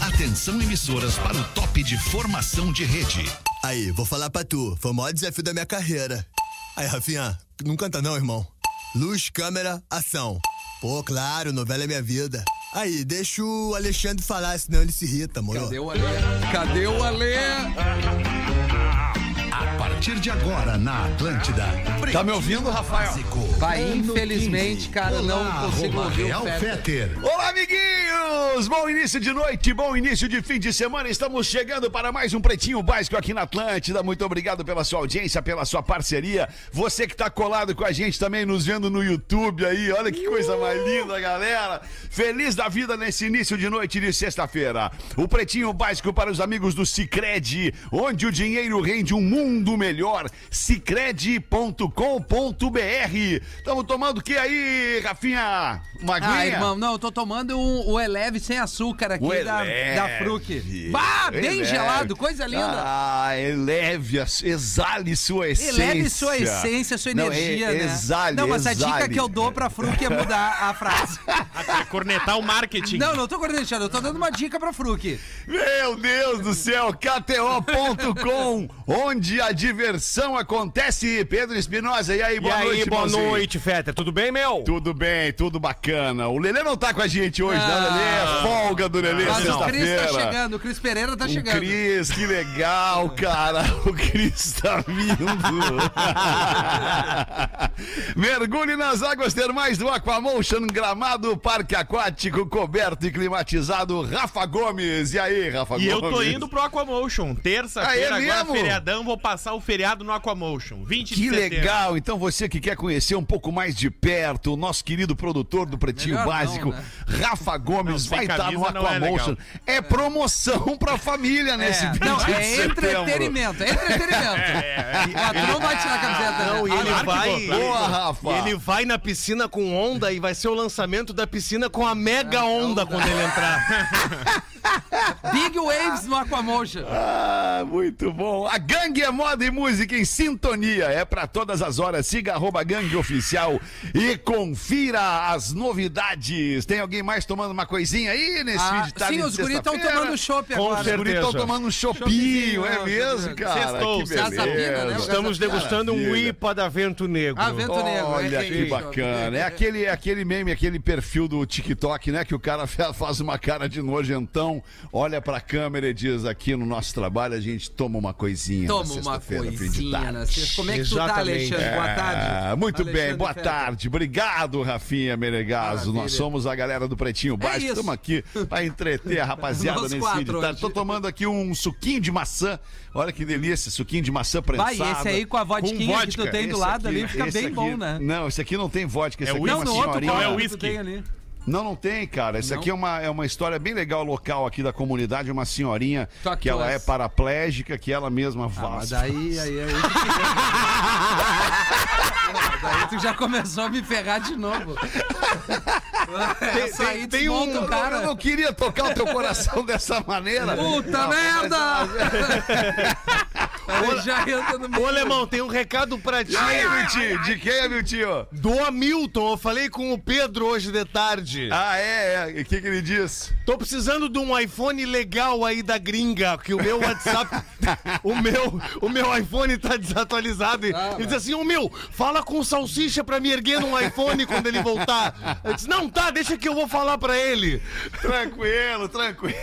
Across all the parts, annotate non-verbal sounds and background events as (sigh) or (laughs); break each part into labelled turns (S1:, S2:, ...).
S1: Atenção emissoras para o top de formação de rede.
S2: Aí, vou falar pra tu. Foi o maior desafio da minha carreira. Aí, Rafinha, não canta não, irmão. Luz, câmera, ação. Pô, claro, novela é minha vida. Aí, deixa o Alexandre falar, senão ele se irrita, moro?
S3: Cadê o Alê? Cadê o Alê?
S1: A partir de agora na Atlântida.
S3: Tá me ouvindo, Rafael? Vai,
S1: Ano
S3: infelizmente,
S1: 15.
S3: cara,
S1: Olá,
S3: não consigo
S1: arroba
S3: ouvir
S1: Real
S3: o Fetter.
S1: Fetter.
S4: Olá, amiguinhos! Bom início de noite, bom início de fim de semana. Estamos chegando para mais um Pretinho Básico aqui na Atlântida. Muito obrigado pela sua audiência, pela sua parceria. Você que está colado com a gente também, nos vendo no YouTube aí. Olha que coisa
S3: Uh!
S4: mais linda, galera. Feliz da vida nesse início de noite de sexta-feira. O Pretinho Básico para os amigos do Cicred, onde o dinheiro rende um mundo melhor. Cicred.com.br. Estamos tomando o que aí, Rafinha? Uma
S3: Ah,
S4: aguinha?
S3: irmão, não, eu tô tomando um, o Eleve sem açúcar aqui
S4: O
S3: da,
S4: Eleve.
S3: da Fruc. Bah, bem
S4: Eleve.
S3: gelado, coisa linda.
S4: Ah, eleve, a su- exale sua essência.
S3: Eleve sua essência, sua
S4: Não,
S3: energia,
S4: e-
S3: né?
S4: Exale,
S3: não, mas a dica
S4: exale.
S3: que eu dou pra Fruc é mudar a frase.
S5: É cornetar o marketing.
S3: não, não tô cornetando, eu tô dando uma dica pra Fruc.
S4: Meu Deus do céu, KTO.com, onde a diversão acontece. Pedro Espinosa, e aí,
S5: E
S4: boa
S5: aí,
S4: noite,
S5: boa
S4: irmãozinho.
S5: noite, Fetter. Tudo bem, meu?
S4: Tudo bem, tudo bacana. O Lelê não tá com a gente hoje, né,
S3: Ah.
S4: Lelê? Folga do Lelê,
S3: Mas o Cris tá
S4: sexta-feira.
S3: chegando, o Cris Pereira tá
S4: O
S3: chegando.
S4: Cris, que legal, cara. O Cris tá
S3: (laughs)
S4: vindo. Mergulhe nas águas termais do Aquamotion, gramado, parque aquático, coberto e climatizado. Rafa Gomes. E aí, Rafa
S5: E
S4: Gomes?
S5: eu tô indo pro Aquamotion. Terça-feira,
S4: Aê,
S5: agora
S4: mesmo?
S5: feriadão, vou passar o feriado no Aquamotion. 20
S4: Que
S5: de setembro.
S4: legal! Então você que quer conhecer um pouco mais de perto o nosso querido produtor do Pretinho
S3: Melhor não,
S4: Básico,
S3: né?
S4: Rafa Gomes,
S5: Não,
S4: vai
S5: sem
S4: estar no
S5: camisa não é
S4: Aquamotion. É, promoção pra família nesse
S3: É,
S4: 20
S3: não,
S4: de
S3: é
S4: setembro.
S3: entretenimento, é
S4: (laughs)
S6: é.
S3: entretenimento. Ah, tu não vai tirar a camiseta,
S6: Não, e
S3: né?
S6: ele
S3: Ah,
S6: vai.
S4: Então, Boa, Rafa!
S6: E ele vai na piscina com onda e vai ser o lançamento da piscina com a
S4: É,
S6: mega onda quando ele entrar.
S3: Big Waves no Aquamotion.
S4: Ah, muito bom. A gangue é moda e música em sintonia. É pra todas as horas. Siga arroba gangue oficial e confira as novidades. Tem alguém mais tomando uma coisinha aí nesse
S3: Ah,
S4: vídeo? tá de tarde
S3: sim,
S4: de
S3: os guris estão
S4: sexta-feira?
S3: tomando chopp
S5: Com
S3: agora.
S4: Os guris estão
S5: certeza.
S4: tomando um chopinho,
S3: Chopinho,
S4: é
S3: é,
S4: mesmo, (laughs) cara?
S5: Sextou,
S4: que beleza.
S3: Casapina, né? O
S6: Estamos
S3: Casa-
S6: degustando um
S4: Maravilha.
S6: IPA da Vento Negro.
S3: Ah, Vento Negro.
S4: Olha
S3: é
S4: que
S3: isso.
S4: bacana. É aquele, é aquele meme, aquele perfil do TikTok, né? Que o cara (laughs) fa- faz uma cara de nojentão, olha pra câmera e diz: aqui no nosso trabalho a gente toma uma coisinha. na
S3: Toma uma
S4: sexta-feira, fim de
S3: coisinha
S4: tarde."
S3: na sexta. Como é que tu tá,
S6: Exatamente.
S3: Alexandre? Boa
S4: Ah,
S3: tarde.
S4: muito
S3: Alexandre
S4: bem, boa
S3: Fetter.
S4: tarde. Obrigado, Rafinha Menegaso.
S3: Maravilha. É
S4: Nós somos a galera do Pretinho Baixo.
S3: isso.
S4: Estamos aqui para entreter a rapaziada
S3: Nós
S4: nesse
S3: quatro
S4: vídeo. de tarde.
S3: hoje.
S4: Tô tomando aqui um suquinho de maçã. Olha que delícia, suquinho de maçã prensada.
S3: Vai, esse aí com a vodquinha que tu tem do
S4: Esse
S3: lado
S4: aqui-
S3: ali fica
S4: esse
S3: bem
S4: aqui-
S3: bom, né?
S4: Não, esse aqui não tem vodka, esse
S5: É
S4: aqui é
S5: whisky.
S4: uma
S3: Não, no outro
S4: senhorinha.
S5: qual é o
S3: copo que tu
S5: whisky?
S3: tem ali.
S4: Não, não tem, cara. Essa
S3: Não?
S4: aqui é uma, é uma história bem legal local aqui da comunidade, uma senhorinha
S3: Só que
S4: que ela é
S3: elas-
S4: paraplégica, que ela mesma
S3: Tá Ah, mas
S4: faz.
S3: aí, aí, (laughs) aí. tu te- Não, Daí tu já começou a me ferrar de novo. Essa aí
S4: (laughs) Tem um,
S3: desmonta o
S4: Eu não
S3: cara.
S4: queria tocar o teu coração (laughs) dessa maneira.
S3: Puta
S4: Não, (laughs)
S3: merda! Aí já entra no
S6: Ô,
S3: meio.
S6: Alemão, tem um recado pra ti.
S4: E aí, meu tio? De quem é, meu tio?
S6: Do Hamilton, eu falei com o Pedro hoje de tarde.
S4: Ah, é, é. E o que, que ele diz?
S6: Tô precisando de um iPhone legal aí da gringa, que o meu WhatsApp, o meu, o meu iPhone tá desatualizado. E ele diz assim: "Ô meu, fala com o salsicha pra me erguer num iPhone quando ele voltar". Eu disse: "Não, tá, deixa que eu vou falar pra ele".
S4: Tranquilo, (laughs) tranquilo.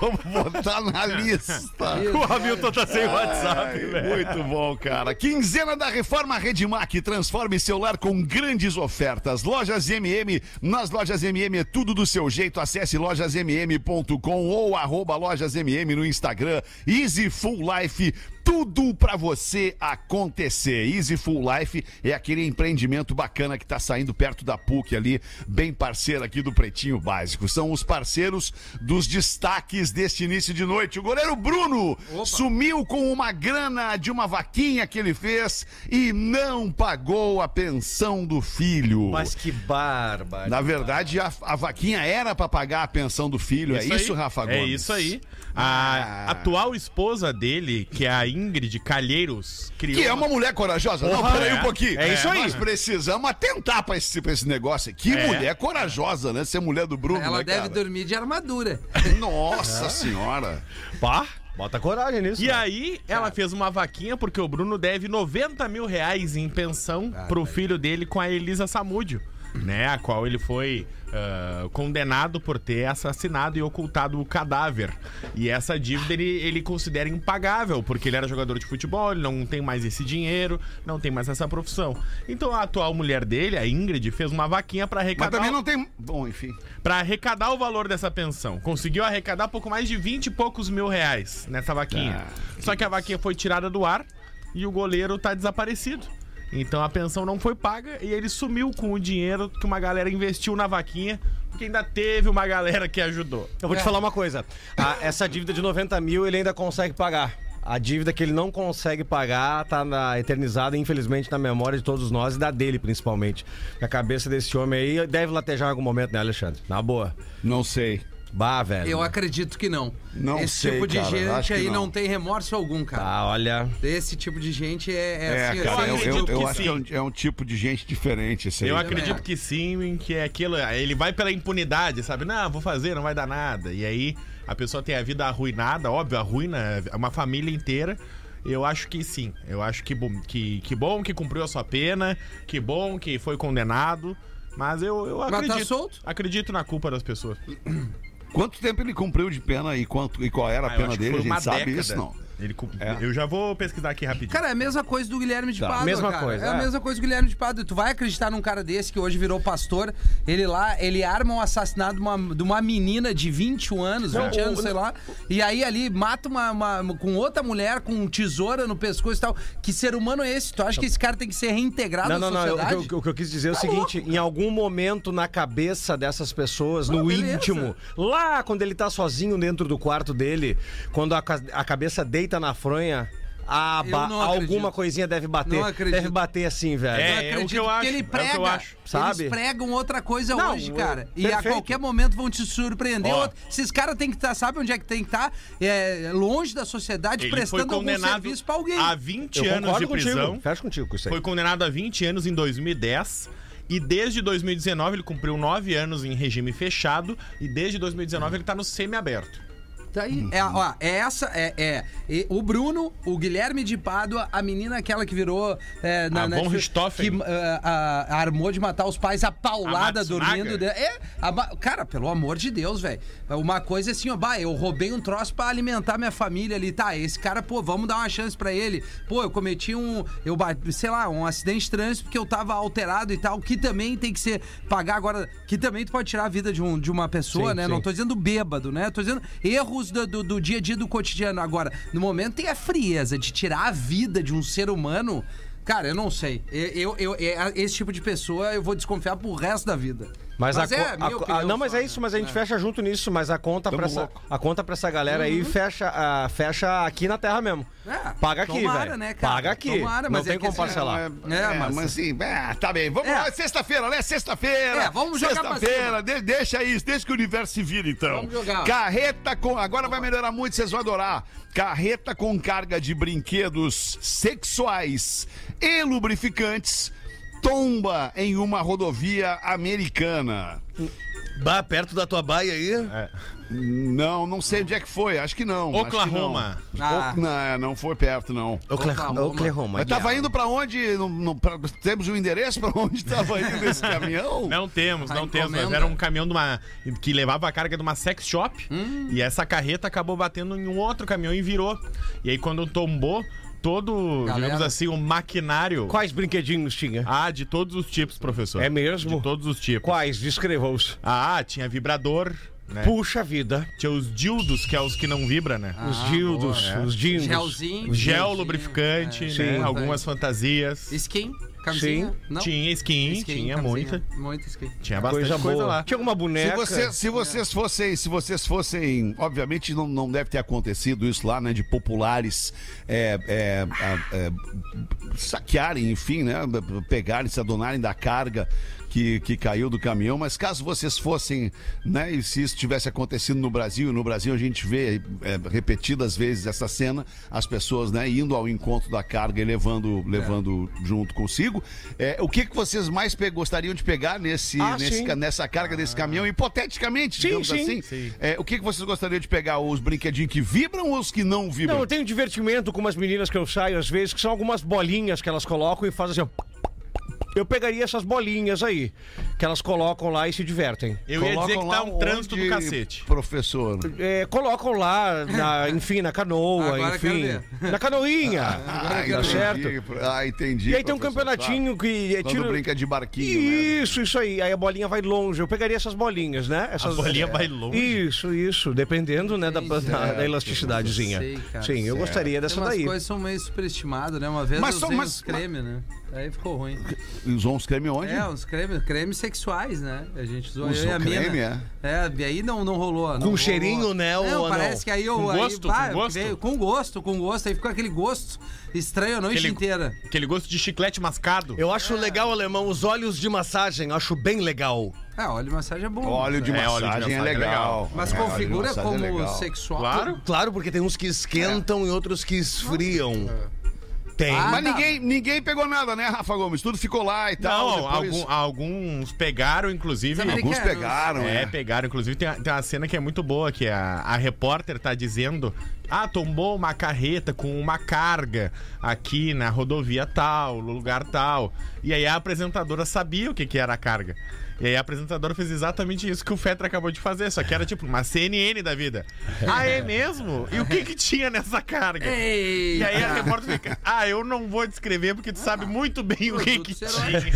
S4: Vamos botar na lista.
S5: (laughs) O Hamilton tá
S6: Ah.
S5: sem WhatsApp,
S4: Ai,
S5: velho.
S4: Muito bom, cara. Quinzena da Reforma Redmac. Transforme seu lar com grandes ofertas. Lojas MM. Nas lojas MM é tudo do seu jeito. Acesse lojasmm.com ou arroba lojasmm no Instagram. Easy Full Life. Tudo pra você acontecer. Easy Full Life é aquele empreendimento bacana que tá saindo perto da PUC ali, bem parceiro aqui do Pretinho Básico. São os parceiros dos destaques deste início de noite. O goleiro Bruno sumiu com uma grana de uma vaquinha que ele fez e não pagou a pensão do filho.
S6: que barba.
S4: Na verdade, a, a vaquinha era pra pagar a pensão do filho. é isso,
S5: aí.
S4: Rafa
S5: É
S4: Gomes?
S5: isso aí. A
S4: Ah.
S5: atual esposa dele, que é a Ingrid Calheiros criou.
S4: Que é uma mulher corajosa. não,
S5: Porra,
S4: peraí
S5: é.
S4: um pouquinho.
S5: É isso aí.
S4: Nós precisamos atentar pra esse, pra esse negócio. aí. Que
S5: É.
S4: mulher corajosa, né? Ser mulher do Bruno,
S3: Ela
S4: né,
S3: deve
S4: cara?
S3: dormir de armadura.
S4: Nossa
S5: É.
S4: senhora.
S5: Pá.
S6: Bota coragem nisso. né?
S5: E aí, ela fez uma vaquinha porque o Bruno deve 90 mil reais em pensão
S6: Ah,
S5: pro
S6: tá.
S5: filho dele com a Elisa Samúdio, né? A qual ele foi ah, condenado por ter assassinado e ocultado o cadáver. E essa dívida ele, ele considera impagável, porque ele era jogador de futebol, ele não tem mais esse dinheiro, não tem mais essa profissão. Então a atual mulher dele, a Ingrid, fez uma vaquinha pra
S4: Mas
S5: arrecadar.
S4: também não tem. Bom, enfim.
S5: Pra arrecadar o valor dessa pensão. Conseguiu arrecadar pouco mais de 20 e poucos mil reais nessa vaquinha. Só que a vaquinha foi tirada do ar e o goleiro tá desaparecido. Então a pensão não foi paga e ele sumiu com o dinheiro que uma galera investiu na vaquinha, porque ainda teve uma galera que ajudou.
S6: Eu vou te falar uma coisa. A- essa dívida de 90 mil ele ainda consegue pagar. A dívida que ele não consegue pagar tá na- eternizada, infelizmente, na memória de todos nós e da dele, principalmente. A cabeça desse homem aí deve latejar em algum momento, né, Alexandre? Na boa.
S4: Não sei.
S6: Bah, velho.
S3: Eu acredito que não.
S4: Não
S3: Esse
S4: sei,
S3: tipo de
S4: cara, acho
S3: gente
S4: que
S3: aí
S4: não.
S3: não. tem remorso algum, cara.
S6: Ah, olha.
S3: Esse tipo de gente é, é
S4: É,
S3: assim,
S4: cara,
S3: assim,
S4: eu,
S5: acredito
S4: eu- eu
S5: que
S4: acho que é um, é um tipo de gente diferente esse aí.
S5: Eu
S3: também
S5: acredito
S3: acho.
S5: que sim, que é aquilo. Ele vai pela impunidade, sabe? Não, vou fazer, não vai dar nada. E aí a pessoa tem a vida arruinada, óbvio, arruina uma família inteira. Eu acho que sim. Eu acho que, bom- que, que bom que cumpriu a sua pena, que bom que foi condenado. Mas eu, eu
S3: tá
S5: acredito.
S3: solto?
S5: Acredito na culpa das pessoas. Ah,
S4: Quanto tempo ele cumpriu de pena e, quanto, e qual era a
S5: Ah, eu
S4: pena
S5: acho que
S4: dele? A
S5: foi uma
S4: gente sabe
S5: década.
S4: isso, não.
S5: Ele cum-
S4: É.
S5: Eu já vou pesquisar aqui rapidinho.
S3: Cara, é a mesma coisa do Guilherme de Pádua,
S6: mesma
S3: cara.
S6: coisa,
S3: É a
S6: é.
S3: mesma coisa do Guilherme de Pádua. Tu vai acreditar num cara desse que hoje virou pastor, ele lá, ele arma um assassinato de uma, de uma menina de 21 anos, 20 anos, sei lá, e aí ali mata uma, uma- com outra mulher com tesoura no pescoço e tal. Que ser humano é esse? Tu acha que esse cara tem que ser reintegrado
S6: Não,
S3: Tá na
S6: não, não.
S3: sociedade? Tá
S6: eu- O que eu, o que eu quis dizer é o seguinte: em algum momento na cabeça dessas pessoas, no
S3: beleza.
S6: íntimo, lá quando ele tá sozinho dentro do quarto dele, quando a, ca- a cabeça deita na fronha, a
S3: Eu
S6: ba-
S3: não
S6: alguma
S3: acredito.
S6: coisa deve
S3: Não
S6: bater.
S3: acredito.
S6: Deve bater assim, velho.
S3: Eu
S5: É, o que
S3: acredito
S5: eu
S3: porque
S5: acho, é
S3: ele
S5: o que eu
S3: prega,
S5: acho,
S6: sabe?
S3: Eles pregam outra coisa
S6: Não,
S3: hoje,
S6: eu-
S3: cara. E a
S6: perfeito.
S3: qualquer momento vão te surpreender.
S5: Ó.
S3: Outro- Esses caras têm que estar, sabe onde é que tem que estar? É, longe da sociedade,
S5: ele foi
S3: prestando algum
S5: condenado
S3: serviço pra alguém.
S5: a 20
S6: Eu
S5: anos
S6: concordo
S5: de
S6: contigo.
S5: prisão.
S6: Fecha contigo com isso aí.
S5: Foi condenado a 20 anos em 2010. E desde 2019 ele cumpriu 9 anos em regime fechado. E desde 2019 ele tá no semiaberto.
S3: Tá aí. É, ó, é essa, é, é. E o Bruno, o Guilherme de Pádua, a menina aquela que virou. É,
S5: A Von
S3: que-
S5: Richthofen.
S3: Que ah, ah, armou de matar os pais, a paulada
S5: A Matsunaga.
S3: dormindo. de- É, a ma- cara, pelo amor de Deus, velho. Uma coisa é assim, ó, bah, eu roubei um troço pra alimentar minha família ali, tá? Esse cara, pô, vamos dar uma chance pra ele. Pô, eu cometi um, eu, ba- sei lá, um acidente de trânsito porque eu tava alterado e tal, que também tem que ser pagar agora, que também tu pode tirar a vida de, um, de uma pessoa,
S6: Sim,
S3: né?
S6: sim.
S3: Não tô tô dizendo bêbado, né? Tô dizendo erros do, do- do dia a dia do cotidiano. Agora, no momento tem a frieza de tirar a vida de um ser humano. Cara, eu não sei. Eu, eu- eu- é- esse tipo de pessoa eu vou desconfiar pro resto da vida.
S6: Mas, a,
S3: é
S6: co-
S3: a minha
S6: a co-
S3: opinião
S6: ah, Não, mas
S3: só,
S6: é
S3: né?
S6: isso, mas a gente fecha junto nisso, mas a conta, pra essa,
S4: louco.
S6: a conta pra essa galera aí fecha, ah, fecha aqui na terra mesmo.
S3: Uhum. É,
S6: Paga aqui,
S3: tomara,
S6: velho.
S3: né, cara?
S6: Paga aqui.
S3: Tomara,
S6: não
S3: mas é
S6: tem
S3: que
S6: como
S3: assim,
S6: parcelar.
S4: É,
S3: É,
S4: mas,
S3: mas-
S4: assim, é, tá bem. Vamos
S3: É.
S4: lá, é sexta-feira, né? Sexta-feira.
S3: É, vamos jogar pra
S4: Sexta-feira, de- deixa isso, deixa que o universo se vira, então.
S3: Vamos jogar.
S4: Carreta com. Agora vai melhorar muito, vocês vão adorar. Carreta com carga de brinquedos sexuais e lubrificantes tomba em uma rodovia americana.
S6: Bah, perto da tua baia aí.
S5: É.
S4: Não, não sei onde é que foi, acho que não. acho que não.
S5: Oklahoma.
S3: Ah.
S4: O- Não, é, não foi perto, não.
S6: Oklahoma.
S3: Oklahoma.
S6: Oklahoma.
S4: Mas tava indo pra onde? Não- não- pra- temos um endereço pra onde tava indo esse caminhão?
S5: Não temos,
S3: A
S5: não temos. Mas
S3: encomenda.
S5: era um caminhão de uma, que levava a carga de uma sex shop.
S6: Hum.
S5: E essa carreta acabou batendo em um outro caminhão e virou. E aí quando tombou, todo,
S3: Galera.
S5: digamos assim, o maquinário.
S6: Quais brinquedinhos tinha?
S5: Ah, de todos os tipos, professor.
S6: É mesmo?
S5: De todos os tipos.
S6: Quais? Descreva-os.
S5: Ah, tinha vibrador, né?
S6: Puxa vida.
S5: Tinha os dildos, que é os que não vibra, né?
S6: Os dildos,
S3: boa, é.
S6: os dildos.
S3: Gelzinho.
S5: Gel
S3: gelzinho,
S5: lubrificante,
S3: é,
S5: né?
S6: Sim.
S5: Algumas fantasias.
S3: Skin? Camisinha?
S6: Sim.
S3: Não?
S5: Tinha skin, tinha
S3: camisinha,
S5: muita.
S3: Muita skin.
S5: Tinha bastante
S6: Coisa
S5: coisa,
S6: boa.
S5: lá.
S6: Tinha alguma
S4: Se,
S6: boneca.
S4: você, se vocês fossem, se vocês fossem, obviamente não, não deve ter acontecido isso lá, né? De populares é, é, a- é, saquearem, enfim, né? Pegarem, se adonarem da carga. que, que caiu do caminhão, mas caso vocês fossem, né, e se isso tivesse acontecido no Brasil, e no Brasil a gente vê é, repetidas vezes essa cena, as pessoas, né, indo ao encontro da carga e levando,
S6: É.
S4: levando junto consigo, é, o que, que vocês mais pe- gostariam de pegar nesse,
S6: Ah,
S4: nesse
S6: sim.
S4: ca- nessa carga desse caminhão, hipoteticamente,
S6: Sim,
S4: digamos
S6: sim.
S4: assim? É, o que, que vocês gostariam de pegar? Os brinquedinhos que vibram ou os que não vibram?
S6: Não, eu tenho divertimento com umas meninas que eu saio às vezes, que são algumas bolinhas que elas colocam e fazem assim. ó. Eu pegaria essas bolinhas aí, que elas colocam lá e se divertem.
S5: Eu ia dizer que tá um trânsito do
S4: onde,
S5: cacete.
S4: Professor.
S6: É, colocam lá, na- enfim, na canoa,
S3: Agora eu quero
S6: enfim.
S3: ver.
S6: Na canoinha.
S4: Ah,
S6: tá certo.
S4: Ah, entendi.
S6: E aí tem um
S4: professor, Tá.
S6: campeonatinho que é
S4: Quando brinca de barquinho, né?
S6: Isso, isso aí. Aí a bolinha vai longe. Eu pegaria essas bolinhas, né? Essas...
S5: A bolinha vai longe?
S6: Isso, isso. Dependendo, né, da,
S3: Entendi.
S6: da, da elasticidadezinha.
S3: é, Sei, cara,
S6: Sim, eu
S3: certo.
S6: gostaria dessa
S3: Tem umas
S6: daí.
S3: coisas que são meio superestimadas, né? Uma vez
S4: Mas
S3: eu
S4: só-
S3: usei
S4: mas-
S3: uns creme, né? Aí ficou ruim.
S4: Claro. Usou uns creme onde?
S3: É, uns cremes, cremes sexuais, né? A gente usou
S4: Usou
S3: eu e a
S4: creme,
S3: mina. É, e aí não, não rolou. Não
S6: Com
S3: rolou.
S6: cheirinho, né, ou
S3: Não,
S6: não?
S3: parece que aí eu.
S5: Com
S3: aí,
S5: gosto,
S3: pá,
S5: com gosto?
S3: veio- com gosto, com gosto. Aí ficou aquele gosto estranho a noite
S5: Aquele-
S3: inteira.
S5: Aquele gosto de chiclete mascado.
S6: Eu acho legal, alemão, os óleos de massagem. Acho bem legal.
S3: É, óleo de massagem é bom.
S4: Óleo de
S5: É,
S4: massagem
S5: óleo de
S4: é
S5: massagem é
S4: legal.
S5: legal.
S3: Mas
S4: É, óleo de
S3: configura
S4: massagem é
S3: como
S4: legal.
S3: sexual.
S5: Claro.
S6: Claro, porque tem uns que esquentam e outros que esfriam. Tem.
S3: Ah,
S4: Mas
S3: tá.
S4: ninguém, ninguém pegou nada, né, Rafa Gomes? Tudo ficou lá e tal.
S5: Não,
S4: depois-
S5: algum- alguns pegaram, inclusive.
S3: Sabe
S4: Alguns
S3: Americanos.
S4: pegaram,
S5: É,
S4: é.
S5: pegaram. Inclusive, tem, a- tem uma cena que é muito boa, que a, a repórter tá dizendo... Ah, tombou uma carreta com uma carga aqui na rodovia tal, no lugar tal. E aí a apresentadora sabia o que, que era a carga. E aí a apresentadora fez exatamente isso que o Fetra acabou de fazer, só que era tipo uma CNN da vida. Ah, é mesmo? E o que que tinha nessa carga?
S3: Ei,
S5: E aí a repórter fica, ah, eu não vou descrever porque tu sabe muito bem o que que
S3: Produto
S5: tinha.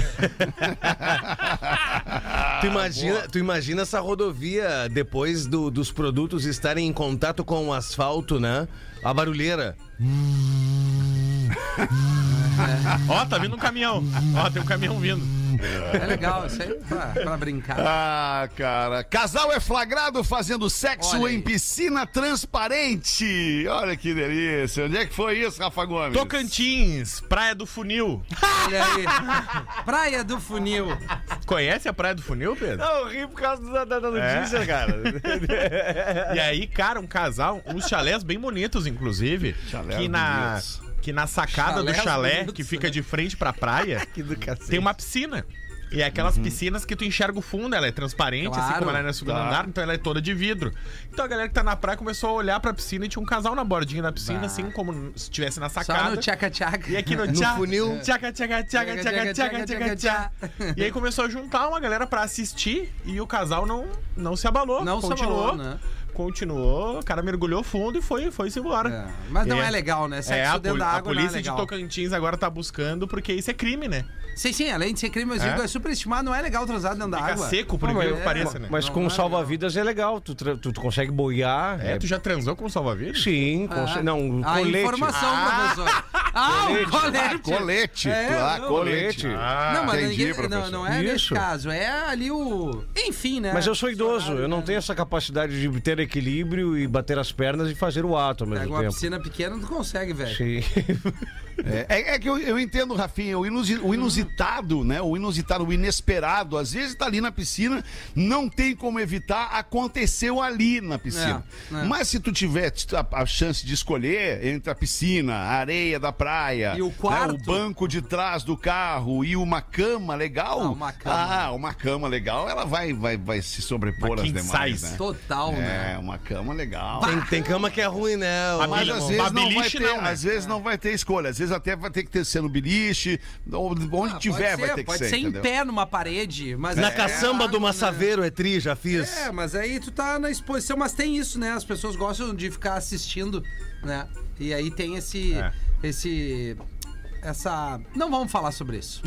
S5: Ah,
S6: Tu imagina, tu imagina essa rodovia depois do- dos produtos estarem em contato com o asfalto, né? A barulheira.
S5: Ó, tá vindo um caminhão. Ó, tem um caminhão vindo.
S3: é legal, isso aí pra, pra brincar.
S4: Ah, cara. Casal é flagrado fazendo sexo
S3: Olha
S4: em
S3: aí.
S4: piscina transparente. Olha que delícia. Onde é que foi isso, Rafa Gomes?
S5: Tocantins, Praia do Funil.
S3: Olha aí. Praia do Funil.
S5: Conhece a Praia do Funil, Pedro?
S6: Eu ri por causa da,
S5: notícia,
S6: cara.
S5: E aí, cara, um casal, uns chalés bem bonitos, inclusive.
S4: Chalés
S5: que na
S4: bonitos.
S5: que na sacada
S3: Chalés
S5: do chalé,
S3: bonitos,
S5: que fica
S3: né?
S5: de frente pra praia,
S6: (laughs) que do cacete.
S5: tem uma piscina. E é aquelas piscinas que tu enxerga o fundo, ela é transparente, assim
S3: Claro.
S5: como ela é no segundo
S4: Tá.
S5: andar, então ela é toda de vidro. Então a galera que tá na praia começou a olhar pra piscina e tinha um casal na bordinha da piscina,
S3: Bah.
S5: assim como se estivesse na
S3: Só
S5: sacada.
S3: (laughs) no tchaca-tchaca.
S5: E aqui no,
S6: No
S5: tchá,
S6: funil.
S5: Tchaca, tchaca, tchaca, tchaca, tchaca, tchaca, tchaca. E aí começou a juntar uma galera pra assistir e o casal não, não se abalou.
S3: Não se
S5: continuou,
S3: abalou, né?
S5: Continuou, o cara mergulhou fundo e foi, foi-se embora.
S3: É, Mas não é.
S5: É.
S3: legal, né?
S5: É,
S3: Sexo
S5: a,
S3: dentro
S5: poli-
S3: da
S5: a
S3: água não é
S5: polícia de
S3: legal.
S5: Tocantins agora tá buscando, porque isso é crime, né?
S3: Sim, sim, além de ser crime, eu digo, é superestimado, não é legal transar dentro da
S5: Fica
S3: água.
S5: seco, por incrível que pareça, né?
S6: Mas
S3: Não,
S6: com
S3: não é
S6: salva-vidas é legal. Tu, tra- tu, tu consegue boiar.
S5: É, tu já transou com o salva-vidas?
S6: Sim,
S3: Ah,
S6: conse- não, um
S3: a
S6: colete.
S3: informação, professor. Ah, o
S4: Ah,
S3: colete.
S4: colete.
S3: É,
S4: ah,
S3: não,
S4: colete.
S5: Ah,
S3: não, mas
S4: entendi,
S3: ninguém, não,
S4: professor.
S3: não é nesse
S6: Isso.
S3: caso, é ali o... Enfim, né?
S6: Mas eu sou idoso, eu não tenho essa capacidade de ter equilíbrio e bater as pernas e fazer o ato ao
S3: Pega
S6: mesmo
S3: uma
S6: tempo.
S3: piscina pequena, não consegue, velho.
S6: Sim.
S4: É, é- é que eu, eu entendo, Rafinha, o, inusi- o inusitado, né? O inusitado, o inesperado. Às vezes tá ali na piscina, não tem como evitar, aconteceu ali na piscina.
S3: É, é.
S4: Mas se tu tiver a, a chance de escolher entre a piscina, a areia da praia,
S3: E o
S4: né,
S3: quarto?
S4: o banco de trás do carro e uma cama legal.
S3: Ah, uma cama.
S4: Ah, uma cama legal, ela vai, vai, vai se sobrepor
S5: Uma
S4: às
S5: king
S4: demais,
S5: size.
S4: né?
S3: Total,
S4: É,
S3: né?
S4: uma cama legal.
S6: tem, (laughs) tem cama que é ruim, né? o
S4: Mas
S6: alemão?
S4: às vezes, não vai,
S5: Babiliste
S4: ter,
S5: não, né?
S4: às vezes não vai ter escolha. Às vezes até vai ter que ter sendo biliche. ou- Onde
S3: Ah, pode
S4: tiver vai
S3: ser,
S4: ter que
S3: pode
S4: ser.
S3: ser em
S4: entendeu?
S3: pé numa parede, mas...
S6: Na
S3: é-
S6: caçamba do
S3: né?
S6: Massaveiro é tri, já fiz.
S3: É, mas aí tu tá na exposição, mas tem isso, né? As pessoas gostam de ficar assistindo, né? E aí tem esse.
S5: É.
S3: esse. Essa. Não vamos falar sobre
S4: (laughs)
S3: isso.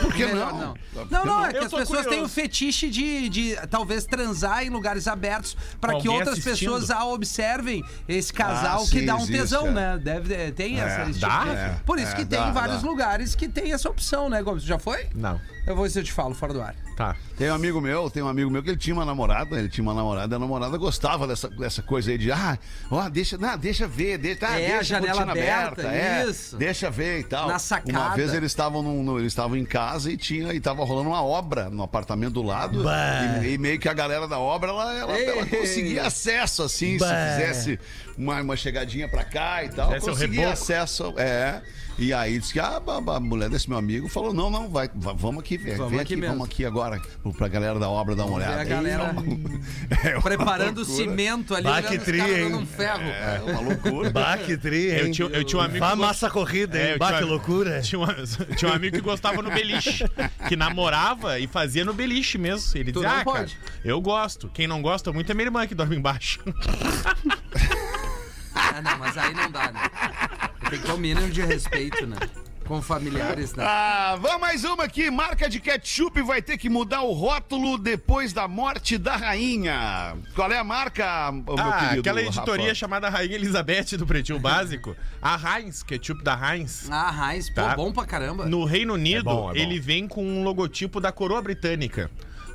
S4: Por que
S3: Melhor
S4: não? Tá
S3: não. Não, não, é que
S5: Eu
S3: as
S5: tô
S3: pessoas
S5: curioso.
S3: têm o fetiche de, de talvez transar em lugares abertos pra que
S5: Alguém
S3: outras
S5: assistindo.
S3: pessoas a observem esse casal
S4: Ah,
S3: que
S4: sim,
S3: dá um
S4: existe,
S3: tesão,
S4: é.
S3: né? Deve, é, tem essa. esse
S5: dá?
S3: de-
S5: É,
S3: Por isso
S4: é,
S3: que tem
S4: dá,
S3: vários
S4: dá.
S3: lugares que tem essa opção, né, Gomes? Já foi?
S5: Não.
S3: Eu vou ver se eu te falo, fora do ar.
S5: Tá.
S4: Tem um amigo meu, tem um amigo meu que ele tinha uma namorada, ele tinha uma namorada, a namorada gostava dessa, dessa coisa aí de, ah, ó, deixa, não, deixa ver, deixa, ah,
S3: É,
S4: deixa
S3: a janela
S4: cortina
S3: aberta, isso.
S4: é, deixa ver e tal.
S3: Na sacada.
S4: Uma vez eles estavam num- no- eles estavam em casa e tinha e tava rolando uma obra no apartamento do lado, e, e meio que a galera da obra ela, ela, ela
S3: Ei.
S4: conseguia acesso assim,
S7: Bah.
S4: se fizesse uma, uma chegadinha pra cá e tal,
S5: Fizesse o
S4: conseguia
S5: reboco.
S4: acesso, é. E aí disse que a, a- a mulher desse meu amigo falou: "Não, não, vai, va- vamos aqui ver,
S3: Vamos
S4: vem
S3: aqui
S4: aqui,
S3: mesmo.
S4: vamos aqui agora pra galera da obra dar uma
S3: ver
S4: olhada.
S3: a galera (laughs)
S4: É uma
S3: Ah, Preparando o
S4: loucura.
S3: cimento ali,
S7: Bah,
S3: olhando
S7: que
S3: os
S7: tri,
S3: caras
S7: hein?
S3: dando um ferro.
S4: É uma loucura.
S7: Bah, que tri, hein?
S5: Eu tinha- eu tinha um amigo
S7: Vá
S5: que- É,
S7: massa corrida, hein?
S5: eu
S7: bah,
S5: tinha-
S7: que loucura.
S5: Tinha um, (laughs) tinha um amigo que gostava no beliche, que namorava e fazia no beliche mesmo. Ele
S3: Tu
S5: dizia,
S3: não
S5: ah, cara,
S3: pode."
S5: eu gosto. Quem não gosta muito é minha irmã que dorme embaixo. (laughs)
S3: Ah, não, mas aí não dá, né? Tem que ter um mínimo de respeito, né? Com familiares, né?
S4: Ah, vamos mais uma aqui. Marca de ketchup vai ter que mudar o rótulo depois da morte da rainha. Qual é a marca, ô, meu
S5: ah,
S4: querido?
S5: aquela editoria
S4: Rafa?
S5: chamada Rainha Elizabeth do Pretinho Básico, a Heinz, que é tipo da Heinz.
S3: Ah, Heinz, pô,
S5: Tá.
S3: bom pra caramba.
S5: No Reino Unido,
S7: bom, é bom.
S5: ele vem com um logotipo da coroa britânica.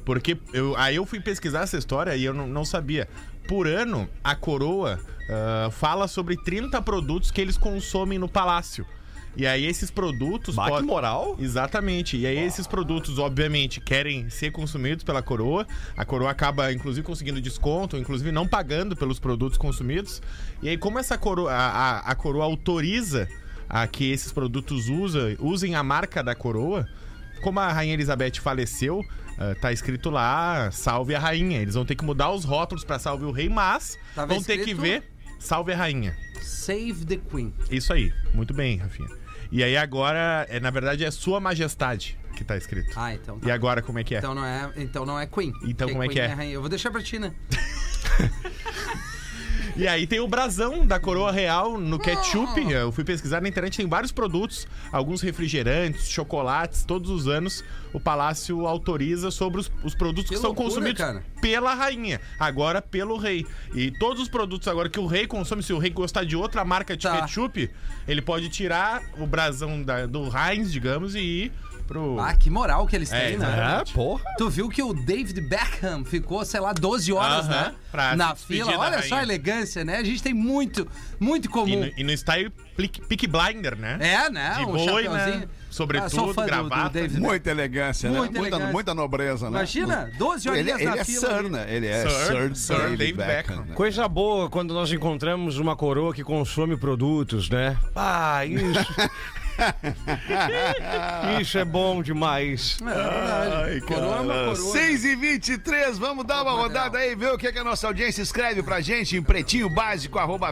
S5: Porque eu, aí eu fui pesquisar essa história e eu não, não sabia. Por ano, a coroa ah, fala sobre 30 produtos que eles consomem no palácio. E aí esses produtos.
S7: Bah, que
S5: po-
S7: moral.
S5: Exatamente. E aí esses produtos, obviamente, querem ser consumidos pela coroa. A coroa acaba, inclusive, conseguindo desconto, inclusive não pagando pelos produtos consumidos. E aí, como essa coroa, a, a- a coroa autoriza a que esses produtos usa, usem a marca da coroa, como a Rainha Elizabeth faleceu, ah, tá escrito lá, salve a rainha. Eles vão ter que mudar os rótulos pra salve o rei, mas
S3: Tava
S5: vão ter que
S3: escrito-
S5: ver salve a rainha.
S3: Save the Queen.
S5: Isso aí, muito bem, Rafinha. E aí agora, é, na verdade, é Sua Majestade que tá escrito.
S3: Ah, então tá.
S5: E agora como é que é?
S3: Então não é, então não é Queen.
S5: Então
S3: Porque
S5: como é que
S3: Queen
S5: é?
S3: rainha. Eu vou deixar pra ti, né?
S5: E aí tem o brasão da coroa real no ketchup. Eu fui pesquisar na internet, tem vários produtos, alguns refrigerantes, chocolates, todos os anos o palácio autoriza sobre os, os produtos que,
S3: Que
S5: são
S3: loucura,
S5: consumidos
S3: cara.
S5: pela rainha, agora pelo rei. E todos os produtos agora que o rei consome, se o rei gostar de outra marca de
S3: Tá.
S5: ketchup, ele pode tirar o brasão da- do Heinz, digamos, e ir pro...
S3: Ah, que moral que eles
S5: É,
S3: têm, né?
S5: exatamente.
S7: Ah, porra.
S3: Tu viu que o David Beckham ficou, sei lá, 12 horas,
S5: Aham,
S3: né?
S5: pra
S3: na
S5: se despedir
S3: fila.
S5: da
S3: Olha só a
S5: rainha.
S3: elegância, né? A gente tem muito, muito
S5: E
S3: comum.
S5: no, e no style Peak, Blinder, né?
S3: É, né?
S5: De
S3: um
S5: boi,
S3: chapeuzinho.
S5: né? Sobretudo,
S3: Ah, sou fã do- Do
S5: gravata.
S3: David Beckham.
S4: Muita elegância, né?
S3: Muita
S4: Muita,
S3: elegância.
S4: muita nobreza, né?
S3: Imagina, 12 horas
S4: Ele,
S3: na
S4: ele é
S3: fila.
S4: Sir, né? Ele é Sir,
S5: Sir, Sir David Beckham.
S4: né?
S7: Coisa boa quando nós encontramos uma coroa que consome produtos, né? Ah,
S3: (laughs)
S7: isso. isso é bom demais.
S3: É verdade.
S4: Ai,
S3: coroa é uma
S4: cara.
S3: coroa.
S4: 6 e 23 vamos dar uma rodada aí, ver o que, é que a nossa audiência escreve pra gente em pretinho básico, arroba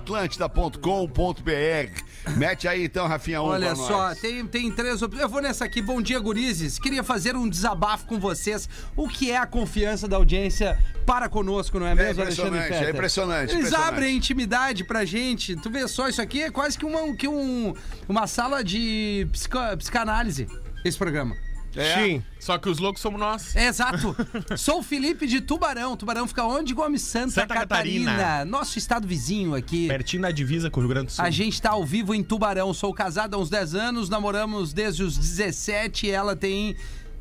S4: atlântida.com.br. Mete aí então, Rafinha, um
S3: Olha
S4: pra
S3: só,
S4: nós.
S3: tem, tem três opções. Eu vou nessa aqui. Bom dia, gurizes. Queria fazer um desabafo com vocês. O que é a confiança da audiência para conosco, não é mesmo, Alexandre
S4: impressionante,
S3: Fetter?
S4: é impressionante,
S3: Eles
S4: impressionante.
S3: abrem intimidade pra gente. Tu vê só, isso aqui é quase que uma, que um, uma sala de psico- psicanálise, esse programa.
S1: É?
S5: É.
S7: Sim.
S5: Só que os loucos somos nós.
S3: É, Exato. Sou o Felipe de Tubarão. Tubarão fica onde? Gomes Santa,
S5: Santa
S3: Catarina.
S5: Catarina.
S3: Nosso estado vizinho aqui.
S5: Pertinho da divisa com o Rio Grande do Sul.
S3: A gente tá ao vivo em Tubarão. Sou casado há uns 10 anos, namoramos desde os 17 e ela tem.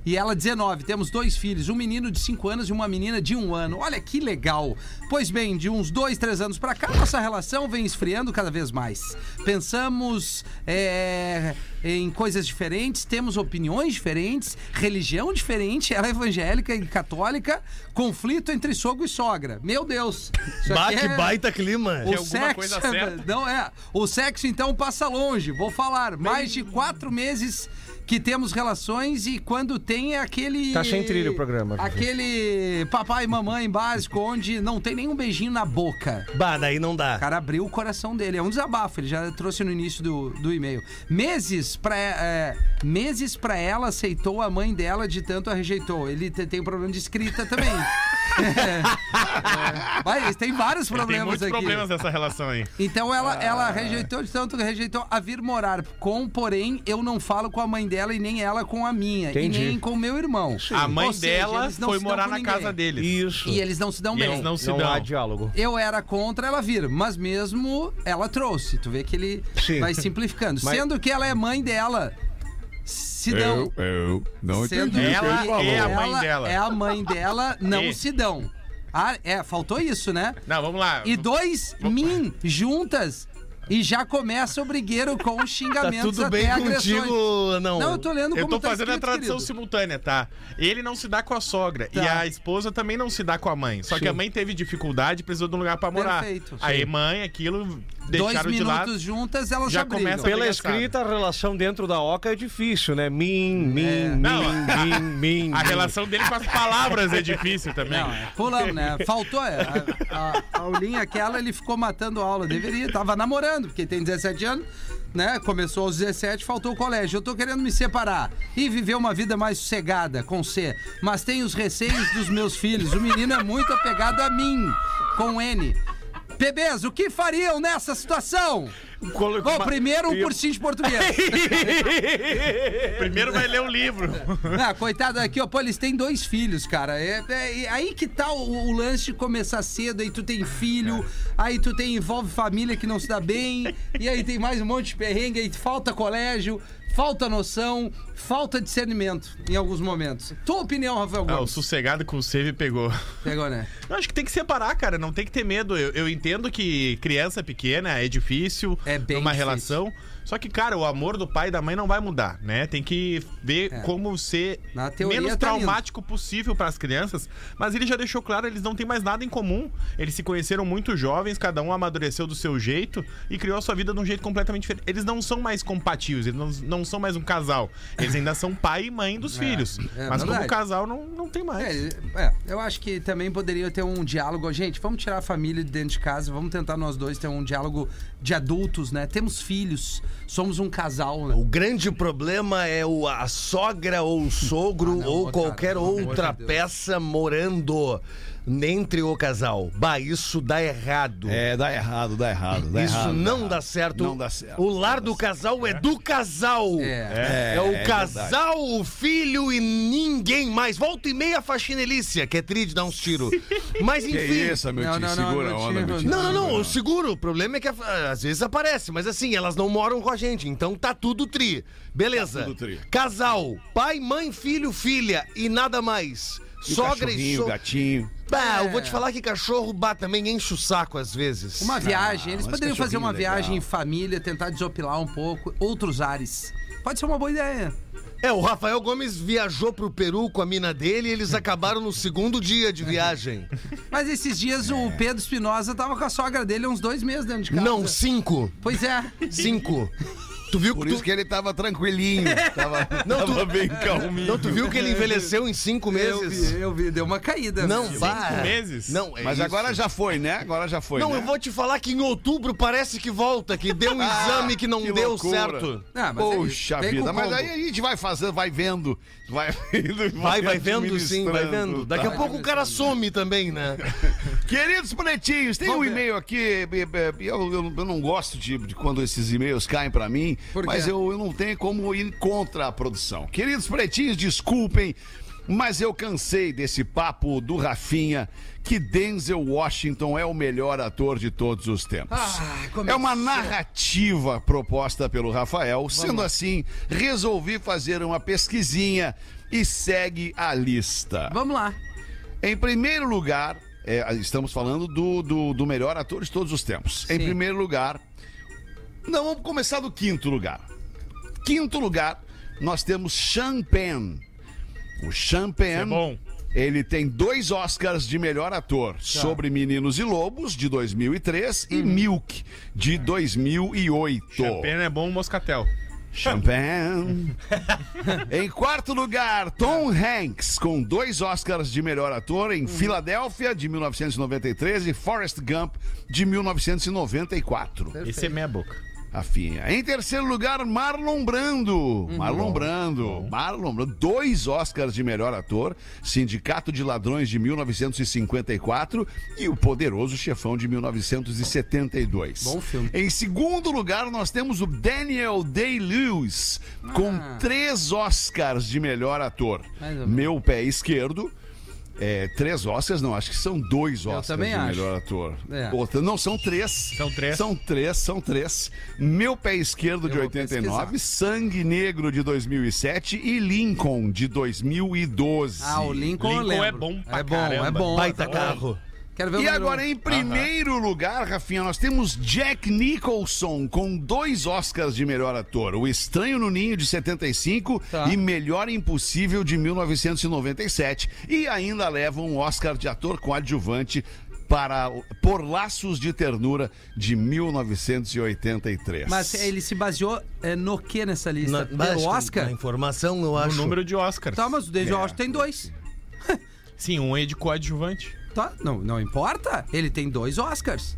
S3: E ela 19. Temos dois filhos, um menino de 5 anos e uma menina de 1 ano. Olha que legal. Pois bem, de uns 2, 3 anos pra cá, nossa relação vem esfriando cada vez mais. Pensamos é, em coisas diferentes, temos opiniões diferentes, religião diferente, ela é evangélica e católica, conflito entre sogro e sogra. Meu Deus. isso
S7: Bah,
S3: aqui
S7: que
S3: é-
S7: baita clima.
S5: Que alguma coisa
S3: (laughs)
S5: certa.
S3: não é. O sexo então passa longe. Vou falar. Mais de quatro meses que temos relações e quando tem é aquele.
S7: Tá sem trilho o programa, Vivi.
S3: Aquele papai e mamãe básico onde não tem nenhum beijinho na boca.
S7: Bah, daí não
S3: O
S7: dá.
S3: cara abriu o coração dele. É um desabafo, ele já trouxe no início do, do e-mail. Meses pra, é, meses pra ela aceitou, a mãe dela de tanto a rejeitou. Ele te- tem um problema de escrita também. (laughs) é, é. Mas tem vários
S5: Ele tem
S3: problemas
S5: muitos
S3: aqui.
S5: problemas nessa relação aí.
S3: Então ela,
S5: Ah.
S3: ela rejeitou de tanto que rejeitou a vir morar com, porém, eu não falo com a mãe dela e nem ela com a minha.
S7: Entendi.
S3: E nem com o meu irmão.
S5: A mãe
S3: Ou seja,
S5: dela
S3: eles não
S5: foi
S3: se dão
S5: morar
S3: com
S5: na
S3: ninguém.
S5: casa deles.
S7: Isso.
S3: E eles não se dão
S5: E
S3: bem.
S5: eles não se
S7: não há
S5: dão.
S7: diálogo.
S3: Eu era contra ela vir, mas mesmo ela trouxe. Tu vê que ele
S7: Sim.
S3: vai simplificando.
S7: Mas-
S3: Sendo que ela é mãe dela. se dão.
S1: eu não
S3: Sendo
S5: entendi o que
S3: ela,
S5: ele falou.
S3: é
S5: a mãe dela. É.
S3: É a mãe dela, não
S5: E.
S3: se dão. Ah, é, faltou isso, né?
S5: Não, vamos lá.
S3: E dois min juntas e já começa o brigueiro com xingamentos
S6: Tudo
S3: até
S6: bem
S3: agressões.
S6: contigo, não?
S3: Não, eu tô lendo como
S5: Eu tô
S3: tá
S5: fazendo a
S3: escrito,
S5: tradução
S3: querido.
S5: simultânea, tá? Ele não se dá com a sogra e
S3: Tá.
S5: a esposa também não se dá com a mãe. Só que a mãe teve dificuldade, precisou de um lugar pra morar.
S3: Perfeito.
S5: Aí mãe, aquilo
S3: Dois
S5: deixaram de lado.
S3: minutos juntas, elas já,
S5: Já
S3: brigam.
S5: começa-
S8: Pela
S5: Engraçado.
S8: escrita, a relação dentro da oca é difícil, né? Mim, mim, mim,
S5: Não,
S8: (laughs)
S5: a-
S8: mim, mim.
S5: (laughs) A
S8: mim.
S5: relação dele com as palavras é difícil também.
S3: Não, é, pulamos, né? Faltou. é, A, a, a aulinha aquela, ele ficou matando aula. Deveria, tava namorando, porque tem 17 anos, né? Começou aos 17, faltou o colégio. Eu tô querendo me separar e viver uma vida mais sossegada, com C. Mas tem os receios dos meus filhos. O menino é muito apegado a mim, com N. Bebês, o que fariam nessa situação?
S8: Colo-
S3: Bom,
S8: ma-
S3: primeiro um
S8: eu-
S3: cursinho de
S8: (laughs)
S3: português.
S5: (laughs) Primeiro vai ler o livro.
S3: Ah, coitado aqui, ó. Pô, eles têm dois filhos, cara. É, é- é- aí que tal o, o lance de começar cedo, aí tu tem filho, aí tu tem envolve família que não se dá bem, e aí tem mais um monte de perrengue, aí falta colégio, falta noção, falta discernimento em alguns momentos. Tua opinião,
S8: É,
S3: Rafael
S5: Ah, o
S3: Gomes?
S5: sossegado com o save pegou.
S3: Pegou, né?
S5: Eu acho que tem que separar, cara. Não tem que ter medo. Eu, eu entendo que criança pequena é difícil.
S3: É bem
S5: Uma
S3: difícil.
S5: relação. Só que, cara, o amor do pai e da mãe não vai mudar, né? Tem que ver
S3: É.
S5: como ser
S3: Na teoria
S5: menos
S3: tá lindo.
S5: traumático possível para as crianças. Mas ele já deixou claro, eles não têm mais nada em comum. Eles se conheceram muito jovens, cada um amadureceu do seu jeito e criou a sua vida de um jeito completamente diferente. Eles não são mais compatíveis, eles não, não são mais um casal. Eles ainda são pai e mãe dos filhos.
S3: é
S5: mas
S3: verdade.
S5: como casal, não, não tem mais.
S3: É, é, eu acho que também poderia ter um diálogo. Gente, vamos tirar a família de dentro de casa, vamos tentar nós dois ter um diálogo de adultos, né? Temos filhos, somos um casal, né?
S6: O grande problema é o, a sogra ou o sogro
S3: Ah, não,
S6: ou
S3: cara,
S6: qualquer
S3: pelo amor de
S6: outra
S3: Deus.
S6: peça morando entre o casal. Bah, isso dá errado.
S1: É, dá errado, dá errado. Dá
S6: Isso
S1: errado,
S6: não
S1: errado.
S6: dá certo.
S1: Não dá certo.
S6: O lar do casal é do casal.
S3: É.
S6: É o
S1: é
S6: casal, o filho e ninguém mais. Volta e meia a faxinelícia, que é tri de dar uns tiros. Mas enfim.
S1: Que isso, meu
S3: Não,
S1: tio,
S3: não, não,
S1: segura
S3: meu
S1: a onda,
S3: tio,
S1: meu tio.
S6: Não, não, não, eu seguro. O problema é que ah, às vezes aparece, mas assim, elas não moram com a gente, então tá tudo tri. Beleza.
S1: Tá tudo tri.
S6: Casal, pai, mãe, filho, filha e nada mais.
S1: E o
S6: Sogra e
S1: cachorrinho, o
S6: so...
S1: gatinho.
S6: Bah,
S3: É.
S6: eu vou te falar que cachorro bah, também enche o saco às vezes.
S3: Uma viagem, eles
S1: mas
S3: poderiam fazer uma
S1: cachorrinho
S3: viagem em
S1: legal.
S3: família, tentar desopilar um pouco, outros ares. Pode ser uma boa ideia.
S6: É, o Rafael Gomes viajou pro Peru com a mina dele e
S1: (laughs)
S6: eles acabaram no segundo dia de viagem.
S3: Mas esses dias o Pedro Espinosa tava com a sogra dele há uns dois meses dentro de casa.
S6: Não, cinco.
S3: Pois é.
S6: Cinco. Tu viu
S1: Por
S6: que tu...
S1: isso que ele tava tranquilinho. Tava,
S6: (laughs) Não, tu-
S1: tava (laughs) bem calminho.
S6: Não, tu viu que ele envelheceu em cinco
S3: Eu
S6: meses?
S3: vi, eu vi, deu uma caída.
S6: Não,
S3: né?
S6: vá.
S5: meses?
S6: Não, é
S1: Mas
S6: isso.
S1: agora já foi, né? Agora já foi.
S6: Não,
S1: né?
S6: eu vou te falar que em outubro parece que volta, que deu um (laughs) exame que não
S1: que
S6: deu
S1: loucura.
S6: certo.
S3: Ah, mas é isso.
S1: Poxa
S3: Vem com
S1: vida,
S3: o
S1: mas
S3: combo.
S1: aí a gente vai fazendo, vai vendo. Vai (laughs) vendo,
S6: Vai, vai vendo, sim, vai
S1: administrando,
S6: vendo.
S1: tá?
S6: Daqui a pouco o cara some também, né?
S1: Queridos pretinhos, tem
S3: Vamos
S1: um
S3: ver.
S1: e-mail aqui. be- be- Eu, eu- eu não gosto de, de quando esses e-mails caem pra mim,
S3: Por quê?
S1: mas eu, eu não tenho como ir contra a produção. Queridos pretinhos, desculpem. Mas eu cansei desse papo do Rafinha que Denzel Washington é o melhor ator de todos os tempos.
S3: Ah, como
S1: é uma narrativa proposta pelo Rafael. Sendo assim, resolvi fazer uma pesquisinha e segue a lista.
S3: Vamos lá.
S1: Em primeiro lugar, é, estamos falando do, do, do melhor ator de todos os tempos. Em
S3: Sim.
S1: primeiro lugar, não vamos começar do quinto lugar. Quinto lugar, nós temos Sean Penn. O Sean Penn,
S5: É bom. Tá.
S1: ele tem dois Oscars de melhor ator, sobre Meninos e Lobos, de 2003,
S5: Uhum.
S1: e Milk, de 2008.
S5: Champagne é bom moscatel.
S1: Champagne. em quarto lugar, Tom Hanks, com dois Oscars de melhor ator em Filadélfia, de 1993, e Forrest Gump, de 1994.
S5: Esse é minha boca.
S1: Rafinha. Em terceiro lugar, Marlon Brando.
S3: Uhum.
S1: Marlon Brando. Marlon Brando. Dois Oscars de melhor ator, Sindicato de Ladrões de 1954 e O Poderoso Chefão de 1972.
S3: Bom filme.
S1: Em segundo lugar, nós temos o Daniel Day-Lewis, com três Oscars de melhor ator.
S3: Ah. Mais ou menos.
S1: Meu Pé Esquerdo.
S4: É, três Oscars, não, acho que são dois Oscars
S3: também
S4: de
S3: acho.
S4: melhor ator.
S3: É.
S4: Outra, não, são três.
S5: São três.
S4: São três, são três. Meu Pé Esquerdo, de
S3: vou
S4: 89,
S3: pesquisar.
S4: Sangue Negro, de 2007 e Lincoln, de 2012.
S3: Ah, o Lincoln, eu
S5: Lincoln
S3: lembro.
S5: é bom pra
S3: É bom, é
S5: caramba.
S3: bom.
S6: Baita
S3: Tá bom.
S6: carro.
S3: Quero ver o
S4: E
S3: número
S4: agora,
S3: um.
S4: em primeiro lugar, Rafinha, nós temos Jack Nicholson com dois Oscars de melhor ator: O Estranho no Ninho, de 75,
S3: Tá.
S4: e Melhor Impossível, de 1997. E ainda leva um Oscar de ator coadjuvante. Para o- Por Laços de Ternura de 1983.
S3: Mas ele se baseou é, no que nessa lista?
S6: Na- né? acho
S3: Pelo
S6: que
S3: Oscar?
S6: Na informação, eu
S5: O
S6: acho.
S5: número de Oscars.
S3: Tá, mas o Denzel Washington tem dois.
S5: Sim, um é de coadjuvante.
S3: Tá, não, não importa. Ele tem dois Oscars.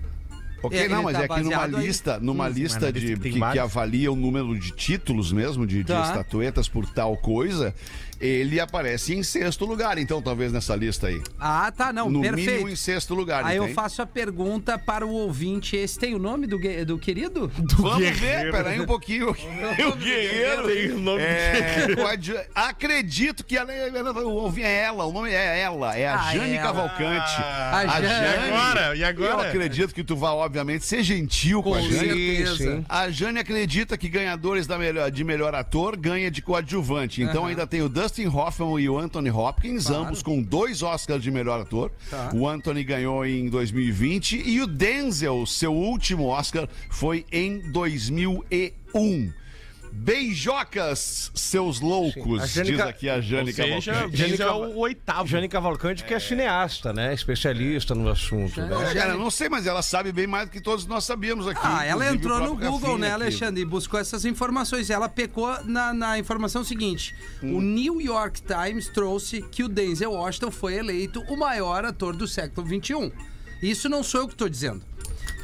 S4: Ok,
S3: Ele
S4: não, mas
S3: tá
S4: é que numa
S3: baseado aí-
S4: lista, numa lista
S5: na
S4: de,
S5: lista que tem
S4: que, que
S5: vários.
S4: avalia o número de títulos mesmo, de, de
S3: Tá.
S4: estatuetas por tal coisa, ele aparece em sexto lugar, então talvez nessa lista aí.
S3: Ah, tá, não,
S4: no mínimo em
S3: perfeito.
S4: sexto lugar.
S3: Aí eu
S4: entende?
S3: faço a pergunta para o ouvinte. Esse tem o nome do, gue- do querido?
S4: Vamos ver, peraí um
S3: (laughs)
S4: pouquinho. o guerreiro.
S5: Tem o
S4: (laughs)
S5: nome
S4: É, coadju- acredito que ela, ela, ela, eu ouvi é ela, o nome é ela, é a
S3: Ah,
S4: Jane
S3: ela.
S4: Cavalcante.
S5: Ah,
S3: a Jane.
S5: E agora? E
S4: Eu
S5: agora?
S4: acredito que tu vai, obviamente, ser gentil com, a Jane. A Jane acredita que ganhadores da melhor- de melhor ator ganha de coadjuvante. Então ainda tem o Dustin Hoffman e o Anthony Hopkins, ambos com dois Oscars de melhor ator.
S3: Tá.
S4: O Anthony ganhou em 2020 e o Denzel, seu último Oscar, foi em 2001. Beijocas, seus loucos,
S7: A Jane
S4: diz
S7: Ca-
S4: aqui a Jane
S5: Ou seja,
S4: Cavalcante.
S5: Denzel é
S7: Caval-
S5: o oitavo.
S7: Jane Cavalcante, que é cineasta, né? Especialista no assunto. né?
S6: Tá.
S4: Olha, cara, eu não sei, mas ela sabe bem mais do que todos nós sabíamos aqui.
S3: Ah, ela
S4: inclusive o
S3: entrou no
S4: próprio
S3: Google,
S4: Rafinha
S3: né,
S4: aqui.
S3: Alexandre? E buscou essas informações. Ela pecou na, na informação seguinte:
S4: Hum.
S3: o New York Times trouxe que o Denzel Washington foi eleito o maior ator do século XXI. Isso não sou eu que estou dizendo.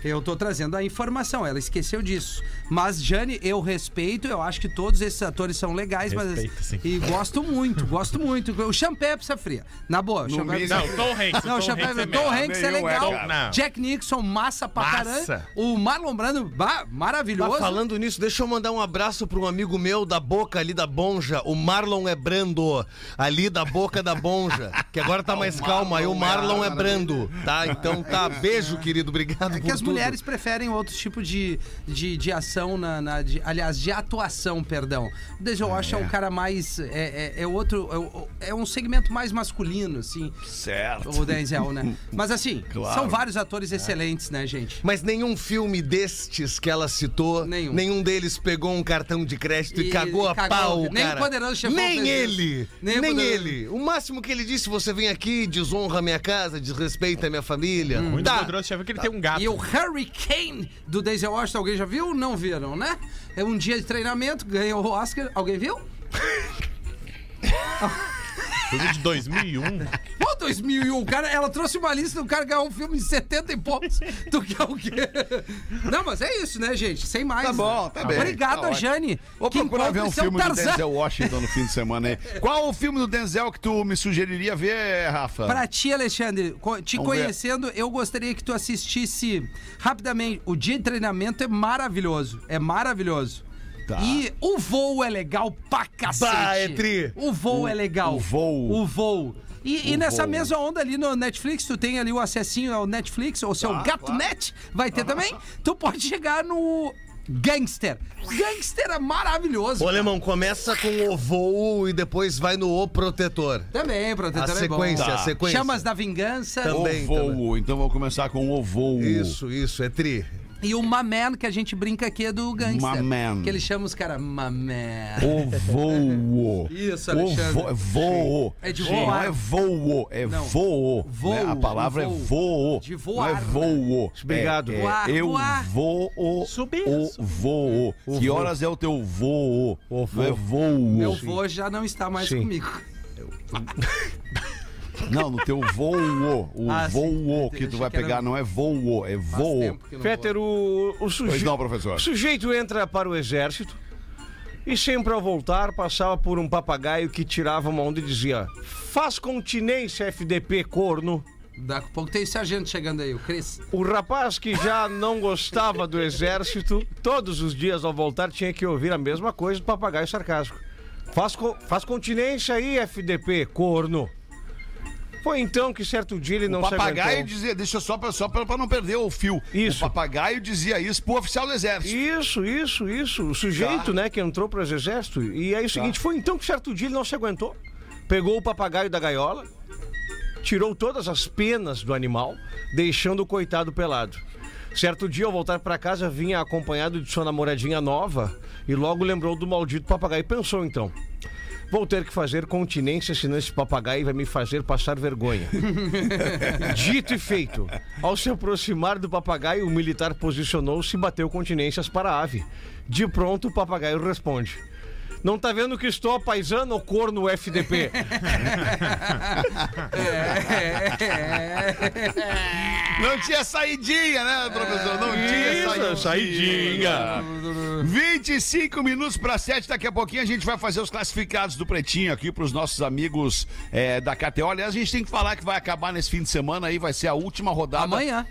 S3: Eu tô trazendo a informação, ela esqueceu disso. Mas, Jane, eu respeito, eu acho que todos esses atores são legais,
S5: Respeito,
S3: mas.
S5: sim.
S3: E gosto muito, gosto muito. O Champé é pizza fria. Na boa, o Champé é pizza
S5: Não, Tom Hanks.
S3: não, o Chapéu
S5: Hanks é
S3: Tom
S5: melhor.
S3: Hanks é
S4: Nenhum é,
S3: legal.
S4: cara.
S5: Não.
S3: Jack Nixon, massa pra
S5: Massa.
S3: caramba. O Marlon Brando, ba-
S6: Tá
S3: maravilhoso.
S6: falando nisso, deixa eu mandar um abraço para um amigo meu da boca ali da Bonja, o Marlon é Brando, ali da boca da Bonja, que agora (laughs) tá mais calmo, aí o Marlon é Brando, tá? Então tá, beijo, querido, obrigado
S3: É que
S6: por
S3: as
S6: tudo.
S3: mulheres preferem outro tipo de, de, de ação, na, na- de- aliás, de atuação, perdão. O Denzel
S5: Ah,
S3: Washington é um cara mais. É, é- é outro. é o- é um segmento mais masculino, assim.
S4: Certo.
S3: O Denzel,
S5: (laughs)
S3: né? Mas assim,
S4: Claro.
S3: são vários
S5: É.
S3: atores excelentes, né, gente?
S6: Mas nenhum filme destes que ela citou,
S3: Nenhum.
S6: nenhum, deles pegou um cartão de crédito e,
S3: E-
S6: cagou
S3: e
S6: a
S3: cagou.
S6: pau,
S3: Nem o
S6: cara.
S3: Poderoso Chefão
S6: Nem
S3: fez
S6: ele,
S3: isso. Nem
S6: nem,
S3: o Poderoso.
S6: ele. O máximo que ele disse, você vem aqui, desonra a minha casa, desrespeita a minha família.
S3: Hum.
S5: Muito
S6: Tá.
S5: poderoso, já viu que ele tem um gato.
S3: E o Hurricane do Denzel Washington, alguém já viu? Não viram, né? É um dia de treinamento, ganhou o Oscar. Alguém viu?
S5: Filme de 2001.
S3: Pô, 2001, o um, cara, ela trouxe uma lista do cara ganhar um filme de 70 e poucos. Tu quer o quê? Não, mas é isso, né, gente? Sem mais.
S4: Tá bom,
S3: né?
S4: tá bem.
S3: Obrigado,
S4: Tá ótimo.
S3: Jane.
S4: Vou
S3: que
S4: procurar ver
S3: encontre
S4: um
S3: seu
S4: filme do Denzel Washington no fim de
S3: (laughs)
S4: semana aí. Qual o filme do Denzel que tu me sugeriria ver, Rafa?
S3: Pra ti, Alexandre, co- te
S4: Vamos ver.
S3: conhecendo, eu gostaria que tu assistisse rapidamente. O dia de treinamento é maravilhoso. É maravilhoso. E o voo é legal pra cacete.
S6: Bah, é tri.
S3: O voo é legal.
S4: o voo.
S3: O voo. E, e
S4: O
S3: nessa
S4: voo.
S3: mesma onda ali no Netflix, tu tem ali o acessinho ao Netflix, ou seu gato net, vai ter também. Tu pode chegar no Gangster. Gangster é maravilhoso.
S6: Ô, Alemão, começa com o voo e depois vai no O Protetor.
S3: Também, protetor
S6: A
S3: é bom.
S6: sequência, a sequência.
S3: Chamas da Vingança.
S6: Também.
S4: O voo. Então vou começar com o voo.
S6: Isso, isso, é tri.
S3: E o Maman, que a gente brinca aqui, é do gangster.
S4: Maman.
S3: Que ele chama os caras Maman.
S4: O voo.
S3: Isso,
S4: O
S3: Alexandre.
S4: vo- voo.
S3: É de
S4: Não
S3: voar.
S4: é voo, é
S3: Não.
S4: voo.
S3: Voo,
S4: né? A palavra
S3: voo.
S4: é voo.
S3: De voar, né?
S4: Não é voo.
S7: Obrigado.
S4: É, é,
S3: Voar,
S4: eu
S3: voar.
S4: vou o,
S5: Subir,
S4: o voo. que
S7: voo.
S4: horas é o teu voo?
S7: O
S4: Não é
S7: voo.
S4: voo.
S3: Meu vô já não está mais
S7: Sim.
S3: comigo.
S4: Não, no teu voo. O
S3: Ah, sim.
S4: voo que
S3: Deixa
S4: tu vai
S3: que era-
S4: pegar não é voo, é
S3: Faz
S4: voo.
S3: tempo que eu não
S7: Féter,
S3: vou.
S7: o, o suje-
S4: Pois não, professor.
S7: o sujeito entra para o exército e sempre ao voltar passava por um papagaio que tirava uma onda e dizia faz continência FDP corno.
S3: Daqui a pouco tem sargento chegando aí, o Cris.
S7: O rapaz que já não gostava do exército, todos os dias ao voltar tinha que ouvir a mesma coisa do papagaio sarcástico. Faz, co- faz continência aí, FDP, corno. Foi então que certo dia ele não
S4: o
S7: se
S4: papagaio
S7: aguentou.
S4: dizia, deixa só pra, só pra, pra não perder o fio.
S7: Isso.
S4: O papagaio dizia isso pro oficial do exército.
S7: Isso, isso, isso. O
S4: Tá.
S7: sujeito, né, que entrou para o exército. E aí o seguinte, foi então que certo dia ele não se aguentou. Pegou o papagaio da gaiola, tirou todas as penas do animal, deixando o coitado pelado. Certo dia, ao voltar para casa, vinha acompanhado de sua namoradinha nova e logo lembrou do maldito papagaio. e Pensou então. Vou ter que fazer continência, senão esse papagaio vai me fazer passar vergonha. Dito e feito. Ao se aproximar do papagaio, o militar posicionou-se e bateu continências para a ave. De pronto, o papagaio responde. Não tá vendo que estou apaisando o corno FDP? É.
S3: (laughs) É.
S4: Não tinha saidinha, né, professor? Não tinha
S7: É, Isso,
S4: saidinha. 25 minutos para 7. Daqui a pouquinho a gente vai fazer os classificados do Pretinho aqui para os nossos amigos eh, da KTO. Aliás, a gente tem que falar que vai acabar nesse fim de semana aí, vai ser a última rodada
S3: Amanhã.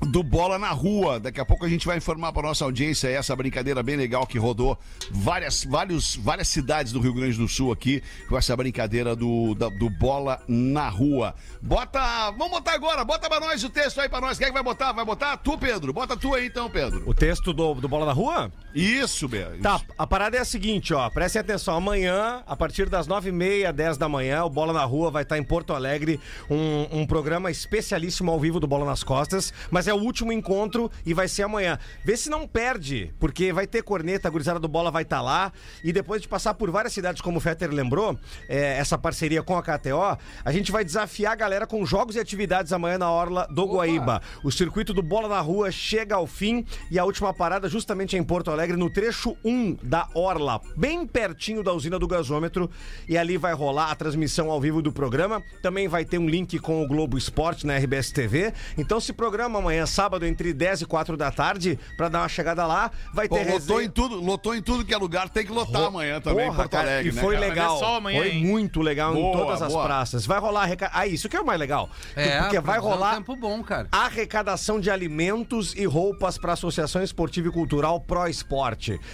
S4: do Bola na Rua. Daqui a pouco a gente vai informar para nossa audiência essa brincadeira bem legal que rodou várias, vários, várias cidades do Rio Grande do Sul aqui com essa brincadeira do, da- do Bola na Rua. Bota, vamos botar agora, bota para nós o texto aí para nós. Quem é que vai botar? Vai botar? Tu, Pedro. Bota tu aí então, Pedro.
S7: O texto do, do Bola da Rua?
S4: Isso, Bia.
S7: Tá, a parada é a seguinte, ó. Prestem atenção. Amanhã, a partir das 9h30, 10 da manhã, o Bola na Rua vai estar em Porto Alegre. Um, um programa especialíssimo ao vivo do Bola nas Costas. Mas é o último encontro e vai ser amanhã. Vê se não perde, porque vai ter corneta, a gurizada do Bola vai estar lá. E depois de passar por várias cidades, como o Fetter lembrou, é, essa parceria com a KTO, a gente vai desafiar a galera com jogos e atividades amanhã na Orla do Guaíba. O circuito do Bola na Rua chega ao fim e a última parada justamente é em Porto Alegre, no trecho 1 da Orla, bem pertinho da usina do gasômetro. E ali vai rolar a transmissão ao vivo do programa. Também vai ter um link com o Globo Esporte na RBS TV. Então se programa amanhã, sábado, entre 10 e 4 da tarde, pra dar uma chegada lá. Vai
S4: Pô,
S7: ter
S4: lotou
S7: resenha-
S4: em tudo, lotou em tudo que é lugar, tem que lotar amanhã também em
S7: Porra,
S4: Porto
S7: cara,
S4: Alegre,
S7: E
S4: né,
S7: foi
S4: cara?
S7: legal.
S5: Mas é só amanhã,
S7: foi
S5: hein?
S7: muito legal
S4: Boa,
S7: em todas as
S4: boa.
S7: praças. Vai rolar arreca... Ah, isso que é o mais legal. porque vai
S3: produção
S7: rolar
S3: é um tempo bom, cara.
S7: arrecadação de alimentos e roupas para a Associação Esportiva e Cultural Pro Esporte.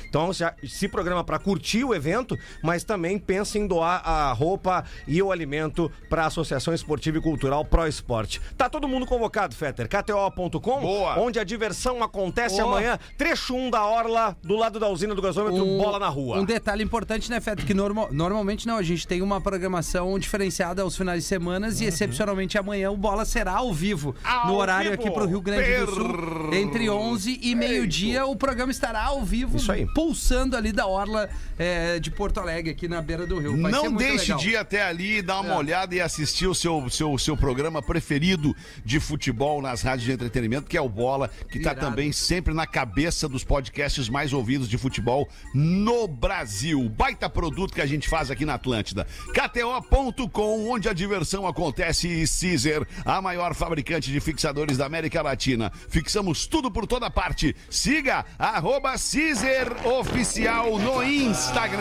S7: Então, já se programa para curtir o evento, mas também pensa em doar a roupa e o alimento para a Associação Esportiva e Cultural Pro Esporte. Tá todo mundo convocado, Fetter. KTO.com,
S4: Boa.
S7: onde a diversão acontece
S3: Boa.
S7: amanhã. Trecho 1 da Orla, do lado da usina do gasômetro, bola na rua.
S3: Um detalhe importante, né, Feto? Que norma- normalmente não, a gente tem uma programação diferenciada aos finais de semana e excepcionalmente amanhã o Bola será ao vivo. no horário aqui pro Rio Grande do Sul. Entre 11 e meio-dia o programa estará ao vivo,
S7: Isso aí.
S3: pulsando ali da orla eh, de Porto Alegre, aqui na beira do rio. Vai ser
S4: Não
S3: muito
S4: deixe
S3: legal. É.
S4: de ir até ali, dar uma olhada e assistir o seu, seu, seu programa preferido de futebol nas rádios de entretenimento, que é o Bola, que está
S3: Irado.
S4: também sempre na cabeça dos podcasts mais ouvidos de futebol no Brasil. Baita produto que a gente faz aqui na Atlântida. KTO.com, onde a diversão acontece, e Caesar, a maior fabricante de fixadores da América Latina. Fixamos tudo por toda parte. Siga arroba Caesar Oficial no Instagram.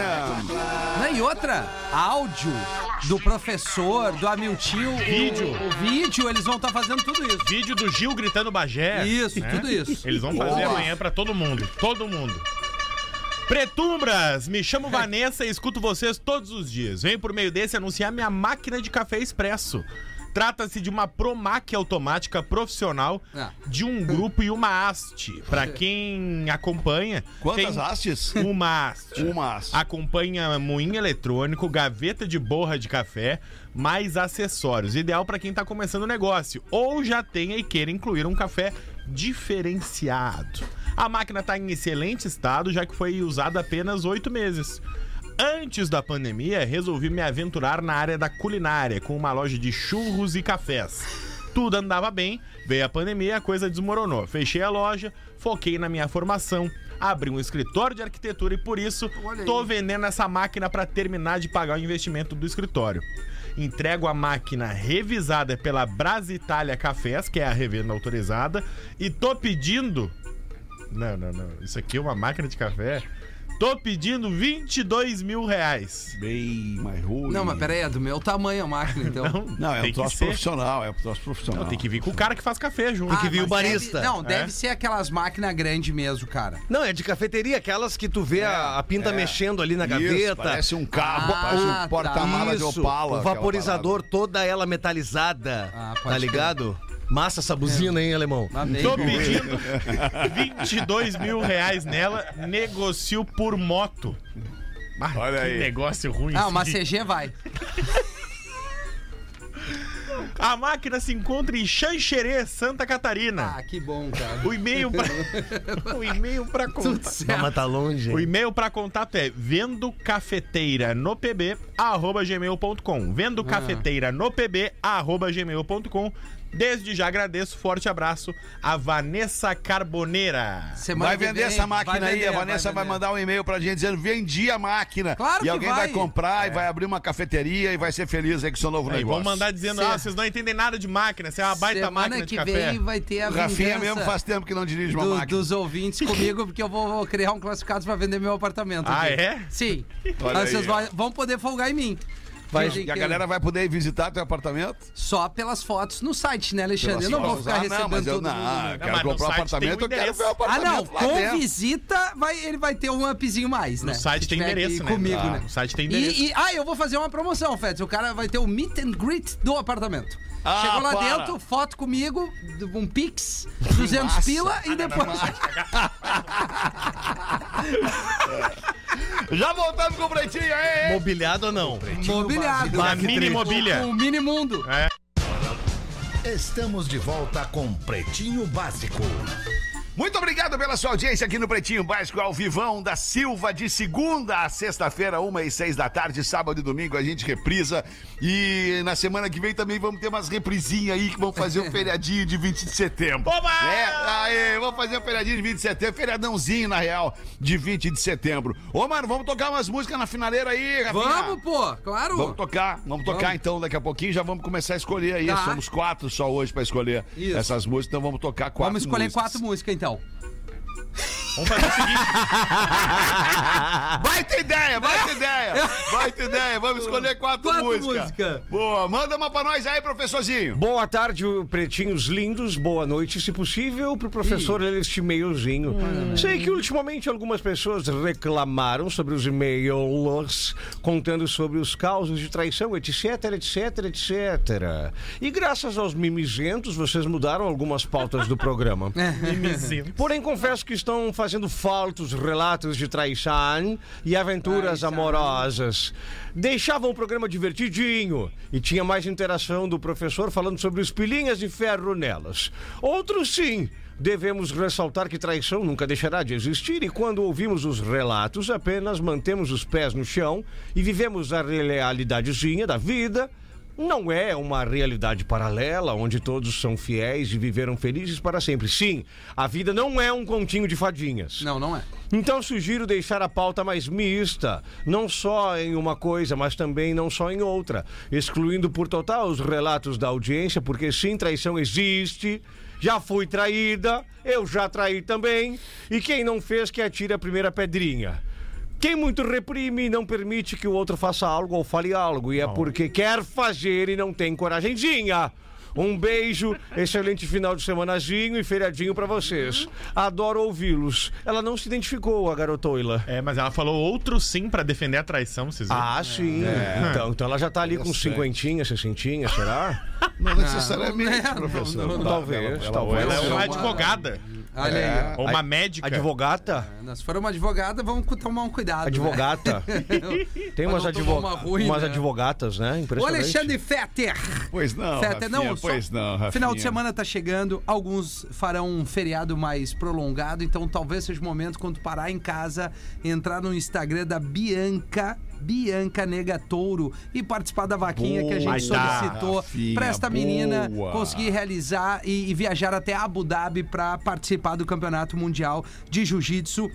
S3: Não, e outra, áudio do professor, do Amiltinho. o-
S5: Vídeo.
S3: O, vídeo, eles vão estar fazendo tudo isso.
S5: Vídeo do Gil gritando Bagé. né?
S3: Isso, tudo isso.
S5: É. Eles vão fazer
S4: Boa.
S5: amanhã pra todo mundo. Todo mundo. Pretumbras, me
S4: É.
S5: chamo Vanessa e escuto vocês todos os dias. Venho por meio desse anunciar minha máquina de café expresso. Trata-se de uma Promac automática profissional
S4: É.
S3: Ah.
S5: de um grupo e uma haste.
S4: (laughs)
S5: Pra quem acompanha,
S4: Quantas
S5: tem
S4: hastes?
S5: uma haste.
S4: Uma haste.
S3: Ah.
S5: Acompanha moinho eletrônico, gaveta de borra de café, mais acessórios. Ideal para quem tá começando o negócio ou já tenha e queira incluir um café diferenciado. A máquina tá em excelente estado, já que foi usada apenas oito meses. Antes da pandemia, resolvi me aventurar na área da culinária, com uma loja de churros e cafés. Tudo andava bem, veio a pandemia, a coisa desmoronou. Fechei a loja, foquei na minha formação, abri um escritório de arquitetura e por isso tô vendendo essa máquina para terminar de pagar o investimento do escritório. Entrego a máquina revisada pela Brasitalia Cafés, que é a revenda autorizada, e tô pedindo não, não, não. Isso aqui é uma máquina de café. Tô pedindo 22 mil reais.
S4: Bem, mas ruim.
S3: Não, mas peraí, é do meu tamanho a máquina, então.
S4: (laughs) Não, é um
S5: tem que
S4: troço
S5: ser.
S4: profissional, é um troço profissional.
S5: Não, Então, tem que vir com o cara que faz café junto.
S3: Ah,
S5: Tem que vir
S3: mas
S5: o
S9: barista.
S3: Deve, não,
S4: É.
S3: deve ser aquelas máquinas grandes mesmo, cara.
S6: Não, é de cafeteria, aquelas que tu vê a, a pinta mexendo ali na
S4: Isso,
S6: gaveta.
S4: parece um carro,
S3: Ah,
S4: parece
S3: tá.
S4: um porta-mala de
S6: Isso,
S4: opala. é
S6: O
S4: aquela
S6: vaporizador, toda ela metalizada.
S3: Ah, pode
S6: tá
S3: crer.
S6: ligado? Massa essa buzina, hein, alemão?
S3: Lá dentro.
S5: Tô pedindo 22 mil reais nela, negocio por moto. Ah,
S4: Olha
S5: que
S4: aí.
S5: negócio ruim.
S3: Ah,
S5: esse
S3: uma
S5: de-
S3: CG vai.
S4: É.
S5: A máquina se encontra em Xanxerê, Santa Catarina.
S3: Ah, que bom, cara.
S5: O
S3: (laughs)
S5: e-mail pra... o e-mail pra
S3: Tudo
S5: contato.
S6: Não, mas
S3: certo.
S6: tá longe.
S5: O e-mail para contato é vendo cafeteira no pb arroba gmail.com. Vendo cafeteira no pb arroba gmail.com. Desde já agradeço, forte abraço a Vanessa Carboneira.
S3: Semana
S4: Vai
S3: que
S4: vender
S3: vem,
S4: essa máquina
S3: vai
S4: aí,
S3: vender,
S4: a Vanessa vai,
S3: vender.
S4: mandar um e-mail pra gente dizendo vendi a máquina.
S3: Claro
S4: e
S3: que
S4: alguém vai,
S3: vai. É.
S4: comprar e vai abrir uma cafeteria e vai ser feliz aí com seu novo
S5: Aí,
S4: negócio.
S5: vão mandar dizendo,
S3: Cer-
S5: ah, vocês não entendem nada de máquina, você é uma baita
S3: Semana
S5: máquina de
S3: que
S5: café.
S3: vem vai ter a
S4: O Rafinha
S3: vingança
S4: mesmo faz tempo que não dirige uma
S3: do-
S4: máquina.
S3: dos ouvintes comigo, porque eu vou, vou criar um classificado pra vender meu apartamento.
S5: Ah,
S3: aqui.
S5: é?
S3: Sim.
S4: Olha
S3: Mas vocês
S4: aí,
S3: vai- vão poder folgar em mim.
S6: Vai-
S3: Dizem
S4: E a
S3: que-
S4: galera vai poder ir visitar teu apartamento?
S3: Só pelas fotos no site, né, Alexandre? Eu não vou
S4: Pelas
S3: ficar
S4: fotos. ah,
S3: recebendo
S4: não, mas eu
S3: todo
S4: não,
S3: mundo.
S4: eu quero
S5: mas no
S4: comprar um
S5: site
S4: apartamento,
S5: tem
S4: eu quero
S5: o
S4: ver o
S5: endereço.
S3: Ah,
S4: apartamento
S3: não,
S4: lá
S3: com
S4: dentro.
S3: visita vai, ele vai ter um upzinho mais, né?
S5: No site
S3: Se
S5: tem
S3: tiver aqui
S5: endereço, né?
S3: Comigo,
S5: Ah,
S3: né?
S5: no site tem
S3: E-
S5: endereço.
S3: E, ah, eu vou fazer uma promoção, Feds. O cara vai ter o meet and greet do apartamento.
S4: Ah,
S3: Chegou lá
S4: para.
S3: dentro, foto comigo, um pix, 200 pila e depois... (laughs)
S4: Já voltamos com o Pretinho, hein?
S6: Mobiliado
S3: (laughs)
S6: ou não?
S3: Mobiliado.
S5: A mini mobília. É.
S3: O mini mundo.
S1: Estamos de volta com Pretinho Básico.
S4: Muito obrigado pela sua audiência aqui no Pretinho Básico ao Vivão da Silva, de segunda a sexta-feira, uma e seis da tarde, sábado e domingo a gente reprisa. E na semana que vem também vamos ter umas reprisinhas aí que vão fazer
S3: (laughs)
S4: o feriadinho de 20 de setembro.
S5: Oba!
S4: É, aê, vamos fazer o feriadinho de 20 de setembro, feriadãozinho na real, de 20 de setembro. Ô, mano, vamos tocar umas músicas na finaleira aí, Rafinha.
S3: Vamos, pô, claro.
S4: Vamos tocar, vamos tocar então daqui a pouquinho, já vamos começar a escolher aí.
S3: Tá.
S4: Somos quatro só hoje pra escolher
S3: Isso.
S4: essas músicas, então vamos tocar quatro.
S3: Vamos escolher
S4: músicas.
S3: quatro músicas, então.
S5: Vamos fazer o seguinte,
S4: Vai ter ideia, vai ter
S3: (laughs)
S4: ideia, vai ter ideia. Vamos escolher quatro,
S3: Quatro
S4: músicas.
S3: músicas.
S4: Boa, manda uma pra nós aí, professorzinho.
S6: Boa tarde, pretinhos lindos. Boa noite, se possível, pro professor ler este e-mailzinho. Sei que ultimamente algumas pessoas reclamaram sobre os e-mails, contando sobre os causos de traição, etc, etc, etc. E graças aos mimizentos, vocês mudaram algumas pautas do programa.
S3: É.
S5: mimizinho.
S6: Porém, confesso que estão fazendo faltos relatos de traição e aventuras
S3: Traição.
S6: amorosas. Deixavam o programa divertidinho e tinha mais interação do professor falando sobre os pilinhas de ferro nelas. Outros, sim. Devemos ressaltar que traição nunca deixará de existir e quando ouvimos os relatos apenas mantemos os pés no chão e vivemos a realidadezinha da vida não é uma realidade paralela onde todos são fiéis e viveram felizes para sempre. Sim, a vida não é um continho de fadinhas.
S3: Não, não é.
S6: Então sugiro deixar a pauta mais mista, não só em uma coisa, mas também não só em outra, excluindo por total os relatos da audiência, porque sim, traição existe. Já fui traída, eu já traí também, e quem não fez que atire a primeira pedrinha. Quem muito reprime não permite que o outro faça algo ou fale algo, e é porque quer fazer e não tem coragemzinha. Um beijo, excelente final de semanazinho e feriadinho pra vocês. Adoro ouvi-los. Ela não se identificou, a garotoila.
S5: É, mas ela falou outro sim pra defender a traição, vocês viram?
S6: Ah, sim. Então, então ela já tá ali com cinquentinha, sessentinha, será?
S4: Não necessariamente,
S3: é. não,
S4: professor.
S3: não, não.
S4: Tá,
S6: Talvez,
S4: ela- ela-
S6: talvez.
S5: Ela é
S3: Isso é
S5: uma
S3: uma-
S5: advogada.
S3: Olha É.
S4: É.
S3: aí.
S5: Ou uma médica.
S6: Advogata?
S3: ó. Se for uma advogada, vamos cu- tomar um cuidado. né? (laughs)
S6: Advogata. Tem umas,
S3: não tomar
S6: advo...
S3: uma ruim,
S6: umas
S3: né?
S6: advogatas, né?
S3: O
S6: Impressionante.
S3: Alexandre Fetter.
S4: Pois não,
S3: Fetter,
S4: Rafinha,
S3: não, só-
S4: pois não, Rafinha.
S3: Final de semana tá chegando, alguns farão um feriado mais prolongado, então talvez seja o momento quando parar em casa, entrar no Instagram da Bianca. Bianca Negatouro e participar da vaquinha que a gente
S5: Boa,
S3: solicitou
S4: Rafinha,
S3: pra esta menina
S4: boa.
S3: conseguir realizar e, e viajar até Abu Dhabi pra participar do Campeonato Mundial de Jiu-Jitsu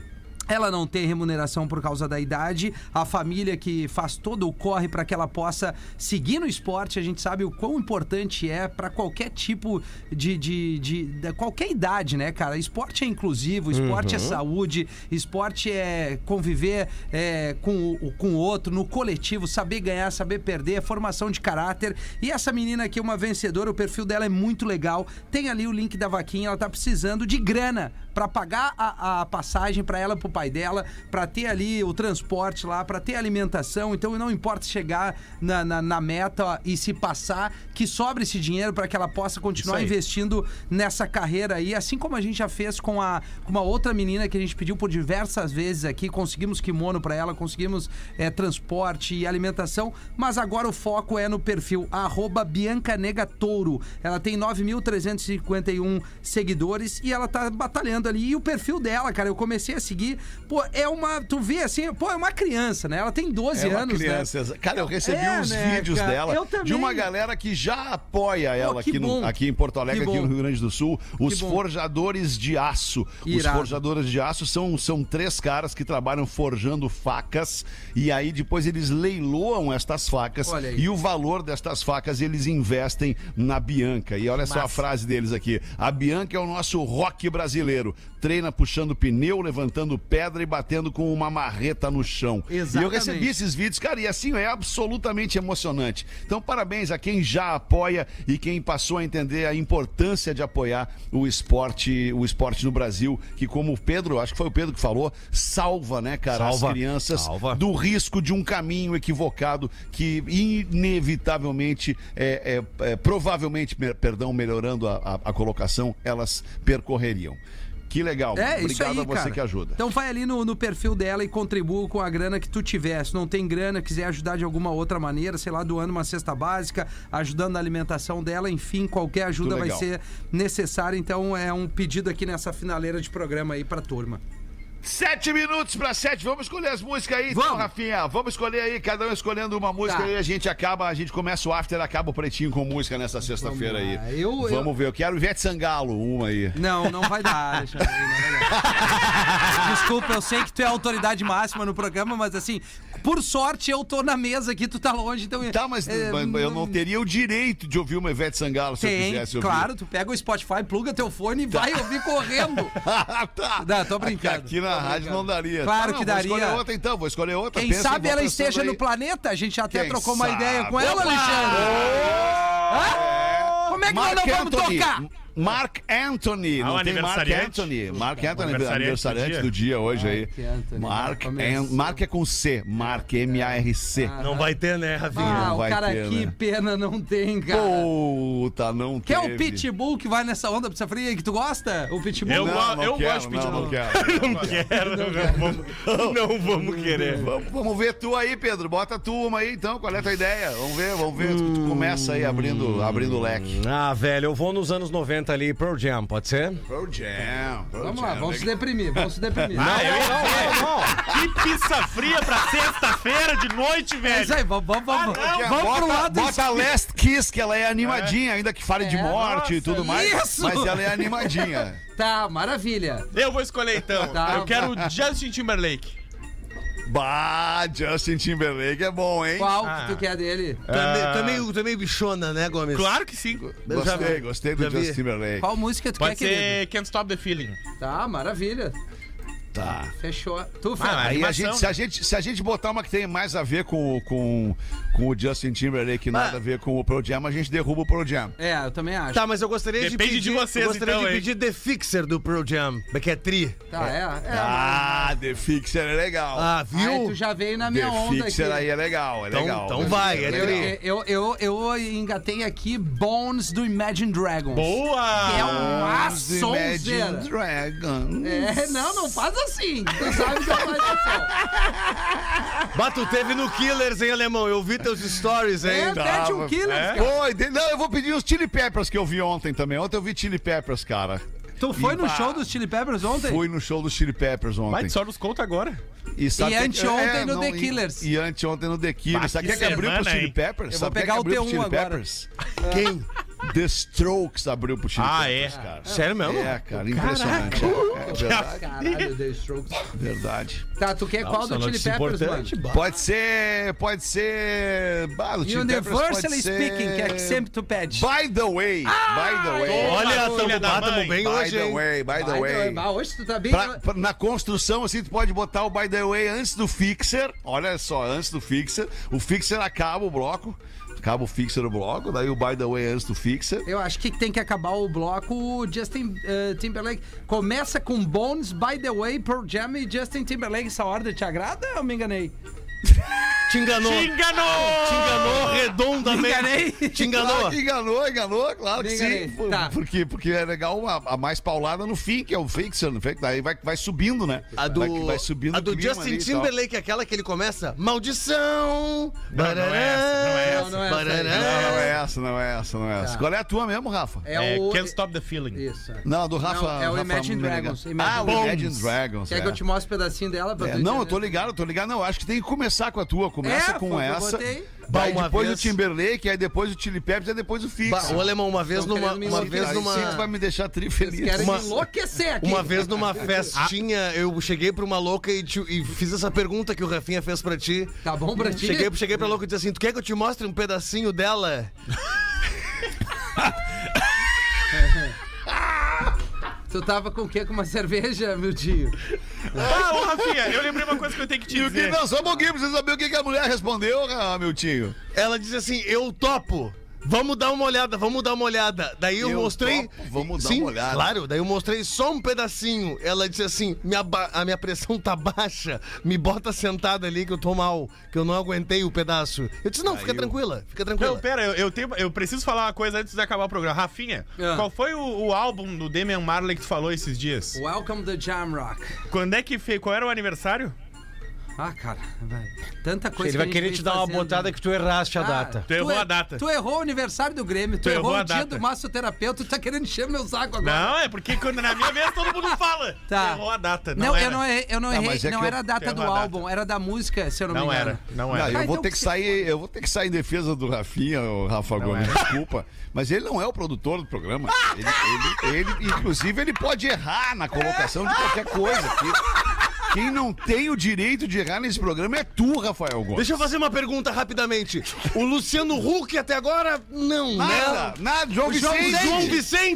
S3: Ela não tem remuneração por causa da idade. A família que faz todo o corre para que ela possa seguir no esporte, a gente sabe o quão importante é para qualquer tipo de, de, de, da- qualquer idade, né, cara? Esporte é inclusivo, esporte é saúde, esporte é conviver é, com o com o outro, no coletivo, saber ganhar, saber perder, é formação de caráter. E essa menina aqui é uma vencedora, o perfil dela é muito legal. Tem ali o link da vaquinha, ela tá precisando de grana para pagar a, a passagem para ela pro pai dela, para ter ali o transporte lá, para ter alimentação. Então não importa chegar na, na, na meta ó, e se passar, que sobre esse dinheiro para que ela possa continuar
S5: aí.
S3: investindo nessa carreira aí, assim como a gente já fez com, a, com uma outra menina que a gente pediu por diversas vezes aqui, conseguimos kimono para ela, conseguimos eh, transporte e alimentação, mas agora o foco é no perfil arroba Bianca Nega Touro. Ela tem 9.351 seguidores e ela tá batalhando ali. E o perfil dela, cara, eu comecei a seguir, pô, é uma, tu vê assim, pô, é uma criança, né? Ela tem 12
S4: É uma
S3: anos, né?
S4: criança. exa- Cara, eu recebi
S3: É,
S4: uns
S3: né,
S4: vídeos
S3: cara?
S4: dela
S3: Eu também.
S4: de uma galera que já apoia ela
S3: que
S4: aqui, no-
S3: bom.
S4: aqui em Porto Alegre,
S3: Que
S4: aqui no
S3: bom.
S4: Rio Grande do Sul. Os
S3: bom.
S4: forjadores de aço. Os
S3: Irado.
S4: forjadores de aço são, são três caras que trabalham forjando facas e aí depois eles leiloam estas facas
S3: Olha aí.
S4: e o valor destas facas eles investem na Bianca. E olha só a frase deles aqui: a Bianca é o nosso rock brasileiro. Treina puxando pneu, levantando pedra e batendo com uma marreta no chão. E eu
S3: Exatamente.
S4: recebi esses vídeos, cara, e assim é absolutamente emocionante. Então, parabéns a quem já apoia e quem passou a entender a importância de apoiar o esporte, o esporte no Brasil, que como o Pedro, acho que foi o Pedro que falou, salva, né, cara, as
S7: Salva.
S4: crianças
S7: Salva.
S4: do risco de um caminho equivocado que inevitavelmente, é, é, é, provavelmente, me- perdão, melhorando a, a- a colocação, elas percorreriam. Que legal.
S3: É,
S4: Obrigado
S3: isso aí,
S4: a você
S3: cara.
S4: que ajuda.
S3: Então vai ali no, no perfil dela e contribua com a grana que tu tiver. Se não tem grana, quiser ajudar de alguma outra maneira, sei lá, doando uma cesta básica, ajudando na alimentação dela, enfim, qualquer ajuda vai
S4: Muito legal.
S3: ser necessária. Então é um pedido aqui nessa finaleira de programa aí pra turma.
S4: Sete minutos para sete, vamos escolher as músicas aí, então,
S3: Vamos.
S4: Rafinha. Vamos escolher aí, cada um escolhendo uma música
S3: Tá.
S4: e a gente acaba, a gente começa o after, acaba o pretinho com música nessa sexta-feira aí.
S3: Vamos lá. Eu-
S4: vamos
S3: eu-
S4: ver, eu quero Ivete Sangalo, uma aí.
S3: Não, não vai
S4: (laughs)
S3: dar, Alexandre. Não vai dar. Desculpa, eu sei que tu é a autoridade máxima no programa, mas assim, por sorte eu tô na mesa aqui, tu tá longe, então.
S4: Tá,
S3: (laughs)
S4: mas,
S3: é,
S4: mas eu não teria o direito de ouvir uma Ivete Sangalo se eu
S3: Tem,
S4: quisesse ouvir.
S3: claro, tu pega o Spotify, pluga teu fone e vai ouvir
S4: (laughs)
S3: correndo.
S4: tá.
S3: Não, tô brincando,
S4: Aqui na
S3: tô
S4: rádio
S3: brincando.
S4: não daria.
S3: Claro
S4: Tá,
S3: que
S4: não, Vou escolher
S3: daria.
S4: outra então, vou escolher outra.
S3: Quem
S4: pensa,
S3: sabe
S4: vou
S3: ela
S4: pensando
S3: esteja
S4: aí.
S3: no planeta, a gente até
S4: Quem
S3: trocou uma
S4: sabe?
S3: ideia com ela,
S4: Opa!
S3: Alexandre. Hã? Como é que nós não vamos
S4: Anthony.
S3: tocar?
S4: Mark Anthony,
S5: Ah,
S4: não
S5: o
S4: tem Mark
S5: aniversariante.
S4: Anthony. Mark Anthony,
S5: aniversariante do
S4: aniversariante
S5: dia.
S4: do dia hoje aí.
S3: Mark Anthony, né?
S4: Mark,
S3: começa.
S4: An- Mark é com C, Mark M-A-R-C.
S6: Não vai ter, né, Rafinha?
S3: Ah,
S4: não
S3: o
S4: vai
S3: cara,
S4: ter,
S3: que
S4: né?
S3: pena não tem, cara.
S4: Puta, não
S3: Quer um o
S4: teve.
S3: Pitbull que vai nessa onda pizza fria que tu gosta? O Pitbull?
S5: Eu,
S4: Não,
S5: go-
S4: não
S5: eu
S4: quero,
S5: gosto de pedir
S4: não, não
S5: um-
S4: quero, não
S5: não quero, não, vamos, não vamos querer.
S4: Vamos, vamos ver tu aí, Pedro. Bota tu uma aí então, qual é a tua ideia? Vamos ver, vamos ver. Tu- Tu começa aí abrindo, abrindo o leque.
S7: Ah, velho, eu vou nos anos 90 ali, Pearl Jam, pode ser?
S4: Pro Jam, Pro
S3: Vamos
S4: Jam.
S3: lá, vamos se deprimir, vamos se deprimir.
S5: Ah,
S4: é
S5: eu ia dizer,
S7: não.
S5: Que pizza fria pra sexta-feira de noite,
S3: É isso
S5: velho.
S3: aí, vamos, vamos, vamos.
S4: Jam,
S3: vamos
S4: Ah, bota,
S3: pro lado
S4: bota Last Kiss, que ela é animadinha, ainda que fale de morte e tudo mais.
S3: isso!
S4: Mas ela é animadinha.
S3: Tá, maravilha.
S5: Eu vou escolher então.
S3: Tá.
S5: Eu quero o Justin Timberlake.
S4: (laughs) Bah, Justin Timberlake é bom, hein?
S3: Qual
S5: Ah.
S3: que tu quer dele?
S6: Também, também, também bichona, né, Gomes?
S5: Claro que sim.
S6: Eu já
S4: Gostei,
S6: vi.
S4: gostei do
S6: Já vi.
S4: Justin Timberlake.
S3: Qual música tu
S5: Pode
S3: quer,
S5: ser Can't Stop the Feeling.
S3: querido? Tá, maravilha.
S4: Tá.
S3: Fechou. Tu, Fê.
S5: Ah,
S4: Aí a
S5: Animação,
S4: gente, se, a
S5: né?
S4: gente, se a gente botar uma que tem mais a ver com, com, com o Justin Timberlake, nada a ver com o Pro Jam, a gente derruba o Pro Jam.
S3: É, eu também acho.
S6: Tá, mas eu gostaria de
S5: Depende
S6: pedir...
S5: de vocês,
S6: eu gostaria
S5: então,
S6: de
S5: hein?
S6: pedir The Fixer do Pearl Jam, que é tri.
S3: Tá, é, é.
S4: Ah, The Fixer é legal.
S6: Ah,
S3: Aí
S6: viu?
S3: tu já veio na minha
S4: The
S3: onda aqui.
S4: Fixer aí é legal, é
S6: Então-
S4: legal.
S6: então
S4: The
S6: vai,
S4: Fixer
S6: é
S3: Eu, eu,
S6: legal.
S3: eu, eu engatei aqui Bones do Imagine Dragons. Que é
S5: Boa!
S3: uma
S4: Imagine
S3: sonzeira.
S4: Dragons.
S3: É, não, não faz assim. Tu sabe que eu faço assim.
S4: é-
S6: Bato teve no Killers, hein, alemão? Eu vi teus stories, hein?
S3: É, pede um killer.
S5: é.
S3: cara.
S4: Oi, de- não, eu vou pedir os Chili Peppers que eu vi ontem também. Ontem eu vi Chili Peppers, cara.
S3: Tu foi no
S4: Iba.
S3: show dos Chili Peppers ontem?
S4: Fui no show dos Chili Peppers ontem.
S5: Vai, só nos conta agora.
S4: E, sabe
S3: E
S4: que- É,
S3: anteontem no The
S4: e-
S3: Killers.
S4: E, anteontem no The
S5: Bah,
S4: Killers. Sabe
S5: que
S4: quem é que abriu
S5: semana,
S4: pro Chili
S5: hein?
S4: Peppers?
S3: Eu
S4: Sabe
S3: vou
S4: quem é que
S3: pegar o
S4: abriu pro
S3: T1
S4: Chili
S3: agora.
S4: Peppers?
S6: Quem?
S4: The Strokes abriu pro Chile.
S5: Ah, é?
S4: Cara.
S5: Sério mesmo?
S4: É, cara, impressionante. É verdade, (laughs)
S3: Caralho, The Strokes.
S4: verdade.
S3: Tá, tu quer
S4: é
S3: qual do Chili
S5: notícia
S3: Peppers, mano?
S4: Pode ser, pode ser. Bah, o Chili Peppers pode
S3: Universally
S4: ser-
S3: speaking, que é que sempre tu pede.
S4: By the way, by the way.
S5: Filha
S6: Olha,
S5: da
S6: tamo, bah, tamo
S5: mãe.
S6: bem
S4: By
S6: hoje,
S4: the
S6: hein?
S4: way, by the
S3: Vai,
S4: way.
S3: Dorival, hoje tu tá bem.
S4: Pra- pra- na construção, assim, tu pode botar o by the way antes do fixer. Olha só, antes do fixer. O fixer acaba o bloco. Acaba o fixer o bloco. Daí o by the way antes do fixer.
S3: Eu acho que tem que acabar o bloco o Justin eh, Timberlake. Começa com Bones, By The Way, Pearl Jam e Justin Timberlake. Essa ordem te agrada ou me enganei?
S6: Te enganou.
S5: Te enganou!
S6: Te enganou redondamente.
S3: Me enganei?
S6: Te enganou.
S4: Enganou, enganou, claro que
S3: Me
S4: sim.
S3: enganei.
S4: Por,
S3: Tá.
S4: por quê? Porque é legal a, a mais paulada no fim, que é o fixer, no fim, daí vai, vai subindo, né?
S6: A do,
S4: vai, vai subindo
S6: a
S4: o
S6: do
S4: clima ali
S6: Justin
S4: e tal.
S6: Timberlake, aquela que ele começa. Maldição!
S5: Não, não é essa, não
S3: Não, não é essa
S5: é essa.
S6: barará,
S4: Não, não é essa, não é essa, não
S6: Tá.
S4: é essa. Qual é a tua mesmo, Rafa?
S5: É, Can't Stop the Feeling.
S3: Isso. é.
S4: Não, a do Rafa.
S3: Não, é o
S4: Rafa
S3: Imagine Dragons.
S4: Menegatti. Ah, o
S3: Imagine
S4: Imagine Dragons.
S3: Quer
S4: é.
S3: que eu te mostre um pedacinho dela? Pra
S4: É,
S3: tu
S4: não,
S3: entender?
S4: eu tô ligado, eu tô ligado. Não, eu acho que tem que começar com a tua. Começa
S3: É, foi
S4: com
S3: o que eu
S4: essa.
S3: botei.
S6: Bah,
S4: Daí
S6: uma
S4: depois
S6: vez-
S4: o Timberlake, aí depois o Chili Peppers, aí depois o Fix.
S6: Bah, o alemão, uma vez
S3: Tão
S6: numa.
S3: querendo me
S6: Uma
S3: iludir.
S6: vez
S4: aí
S6: numa.
S4: sim tu vai me deixar tri
S3: Vocês
S4: feliz.
S3: querem
S6: Uma-
S3: me enlouquecer aqui.
S6: Uma
S4: (laughs)
S6: vez
S4: Ah.
S6: numa festinha, eu cheguei pra uma louca e, te- e fiz essa pergunta que o Rafinha fez pra ti.
S3: Tá bom pra ti?
S6: Cheguei, cheguei pra louca e disse assim: Tu quer que eu te mostre um pedacinho dela?
S3: Tu tava com o quê? Com uma cerveja, meu tio?
S5: Ah, ô, Rafinha, eu lembrei uma coisa que eu tenho que te
S4: E o que
S5: dizer.
S4: não, só um pouquinho pra você saber o que, que a mulher respondeu, ah, meu tio.
S6: Ela disse assim: Eu topo. Vamos dar uma olhada, vamos dar uma olhada. Daí eu,
S4: Eu
S6: mostrei.
S4: topo, vamos dar
S6: Sim,
S4: uma olhada.
S6: Claro, daí eu mostrei só um pedacinho. Ela disse assim: minha ba- a minha pressão tá baixa, me bota sentada ali que eu tô mal, que eu não aguentei o pedaço. Eu disse: não, fica tranquila, fica tranquila.
S5: Não, pera, eu, eu tenho- eu preciso falar uma coisa antes de acabar o programa. Rafinha,
S3: Ah.
S5: qual foi o, o álbum do Damian Marley que tu falou esses dias?
S3: Welcome to Jamrock.
S5: Quando é que fez? Qual era o aniversário?
S3: Ah, cara, vai. Tanta coisa
S7: Ele
S3: que a
S7: vai
S3: gente
S7: querer
S3: vem
S7: te dar uma
S3: fazendo,
S7: botada
S3: né?
S7: que tu erraste a data.
S5: Tu errou
S3: er-
S5: a data.
S3: Tu errou o aniversário do Grêmio, tu,
S5: Tu
S3: errou,
S5: errou
S3: o
S5: a
S3: dia
S5: data.
S3: do massoterapeuta, tu tá querendo encher meu saco agora.
S5: Não, é porque quando na minha vez todo mundo fala.
S3: Tá.
S5: Errou a data.
S3: Não,
S5: Não, era.
S3: eu não errei, eu não
S4: Tá,
S3: errei,
S4: mas é
S3: não
S4: que eu-
S3: era a data
S5: errou
S3: do
S5: a data.
S3: álbum, era da música, se eu não,
S5: Não
S3: me
S5: era,
S3: engano.
S5: não
S4: Não,
S5: era.
S4: eu
S3: Ah,
S4: vou
S3: então
S6: um
S4: ter
S3: que
S4: que
S3: se
S4: sair, eu vou ter que sair em defesa do Rafinha, o Rafa Gomes,
S6: é.
S4: desculpa. Mas ele não é o produtor do programa. Ele, ele- ele, inclusive, ele pode errar na colocação de qualquer coisa. Que- Quem não tem o direito de errar nesse programa é tu, Rafael Gomes.
S6: Deixa eu fazer uma pergunta rapidamente. O Luciano Huck até agora, não,
S4: Nada,
S6: né?
S4: nada, João
S6: João
S4: Vicente.
S6: Vicente.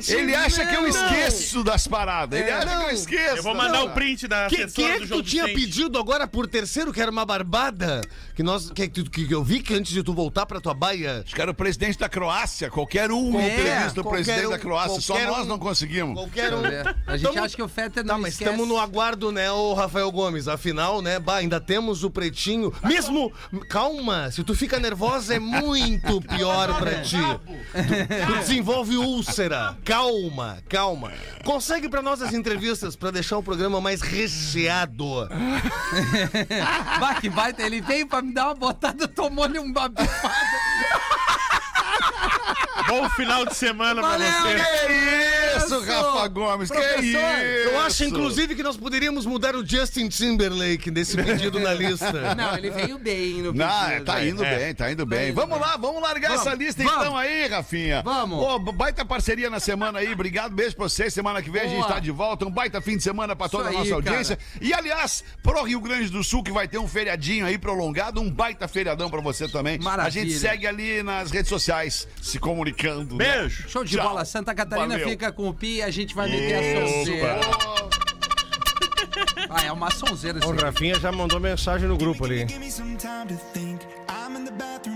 S6: Vicente.
S4: Ele acha que eu
S6: Não.
S4: esqueço das paradas. Ele
S6: É,
S4: acha que
S6: não.
S4: eu esqueço.
S5: Eu vou mandar
S4: das
S5: o print da
S6: Que,
S5: assessora
S6: quem é
S5: do
S6: que
S5: João
S6: tu tinha
S5: Vicente.
S6: pedido agora por terceiro que era uma barbada? Que nós que, que- que eu vi que antes de tu voltar pra tua baia.
S4: Acho que era o presidente da Croácia. Qualquer um
S3: É.
S6: Qualquer-
S4: entrevista do
S6: qualquer
S4: presidente
S6: um-
S4: da Croácia. Só
S6: qualquer
S4: nós
S6: um-
S4: não conseguimos.
S6: Qualquer um.
S3: Deixa eu ver. A gente
S6: Tamo-
S3: acha que o Fetter não
S6: Tá, mas
S3: esquece.
S6: estamos no
S3: (laughs)
S6: aguardo, né, ô Rafael Gomes? Afinal, né, bah, ainda temos o pretinho. Mesmo. Calma, se tu fica nervosa é muito pior pra ti. Tu, tu desenvolve úlcera. Calma, calma. Consegue pra nós as entrevistas pra deixar o programa mais recheado.
S3: Bah, que baita, ele veio pra me dar uma botada, tomou-lhe um babifado.
S5: Bom final de semana pra
S3: Valeu,
S5: você.
S4: né? Que isso, Rafa Gomes?
S3: Professor,
S4: que isso?
S6: Eu acho, inclusive, que nós poderíamos mudar o Justin Timberlake desse pedido na lista.
S3: Não, ele veio bem no
S4: Não, é,
S3: pedido,
S4: tá
S3: né?
S4: indo
S5: É.
S4: bem, tá indo bem. vamos lá, vamos largar
S3: Vamos,
S4: essa lista
S3: vamos.
S4: então aí, Rafinha.
S3: Vamos.
S4: Ô, b- baita parceria na semana aí, obrigado, beijo pra vocês. Semana que vem a gente
S3: Boa.
S4: tá de volta. Um baita fim de semana pra toda a
S3: aí,
S4: nossa audiência. E aliás, pro Rio Grande do Sul, que vai ter um feriadinho aí prolongado, um baita feriadão pra você também.
S3: Maravilha.
S4: A gente segue ali nas redes sociais, se comunicando. né?
S5: Beijo.
S3: Show de
S4: Tchau.
S3: bola, Santa Catarina
S4: Valeu.
S3: fica com o Pi, a gente vai meter a sonzeira. Ah, é uma sonzeira esse
S7: O Rafinha já mandou mensagem no grupo ali.
S10: Give me some time to think. I'm in the bathroom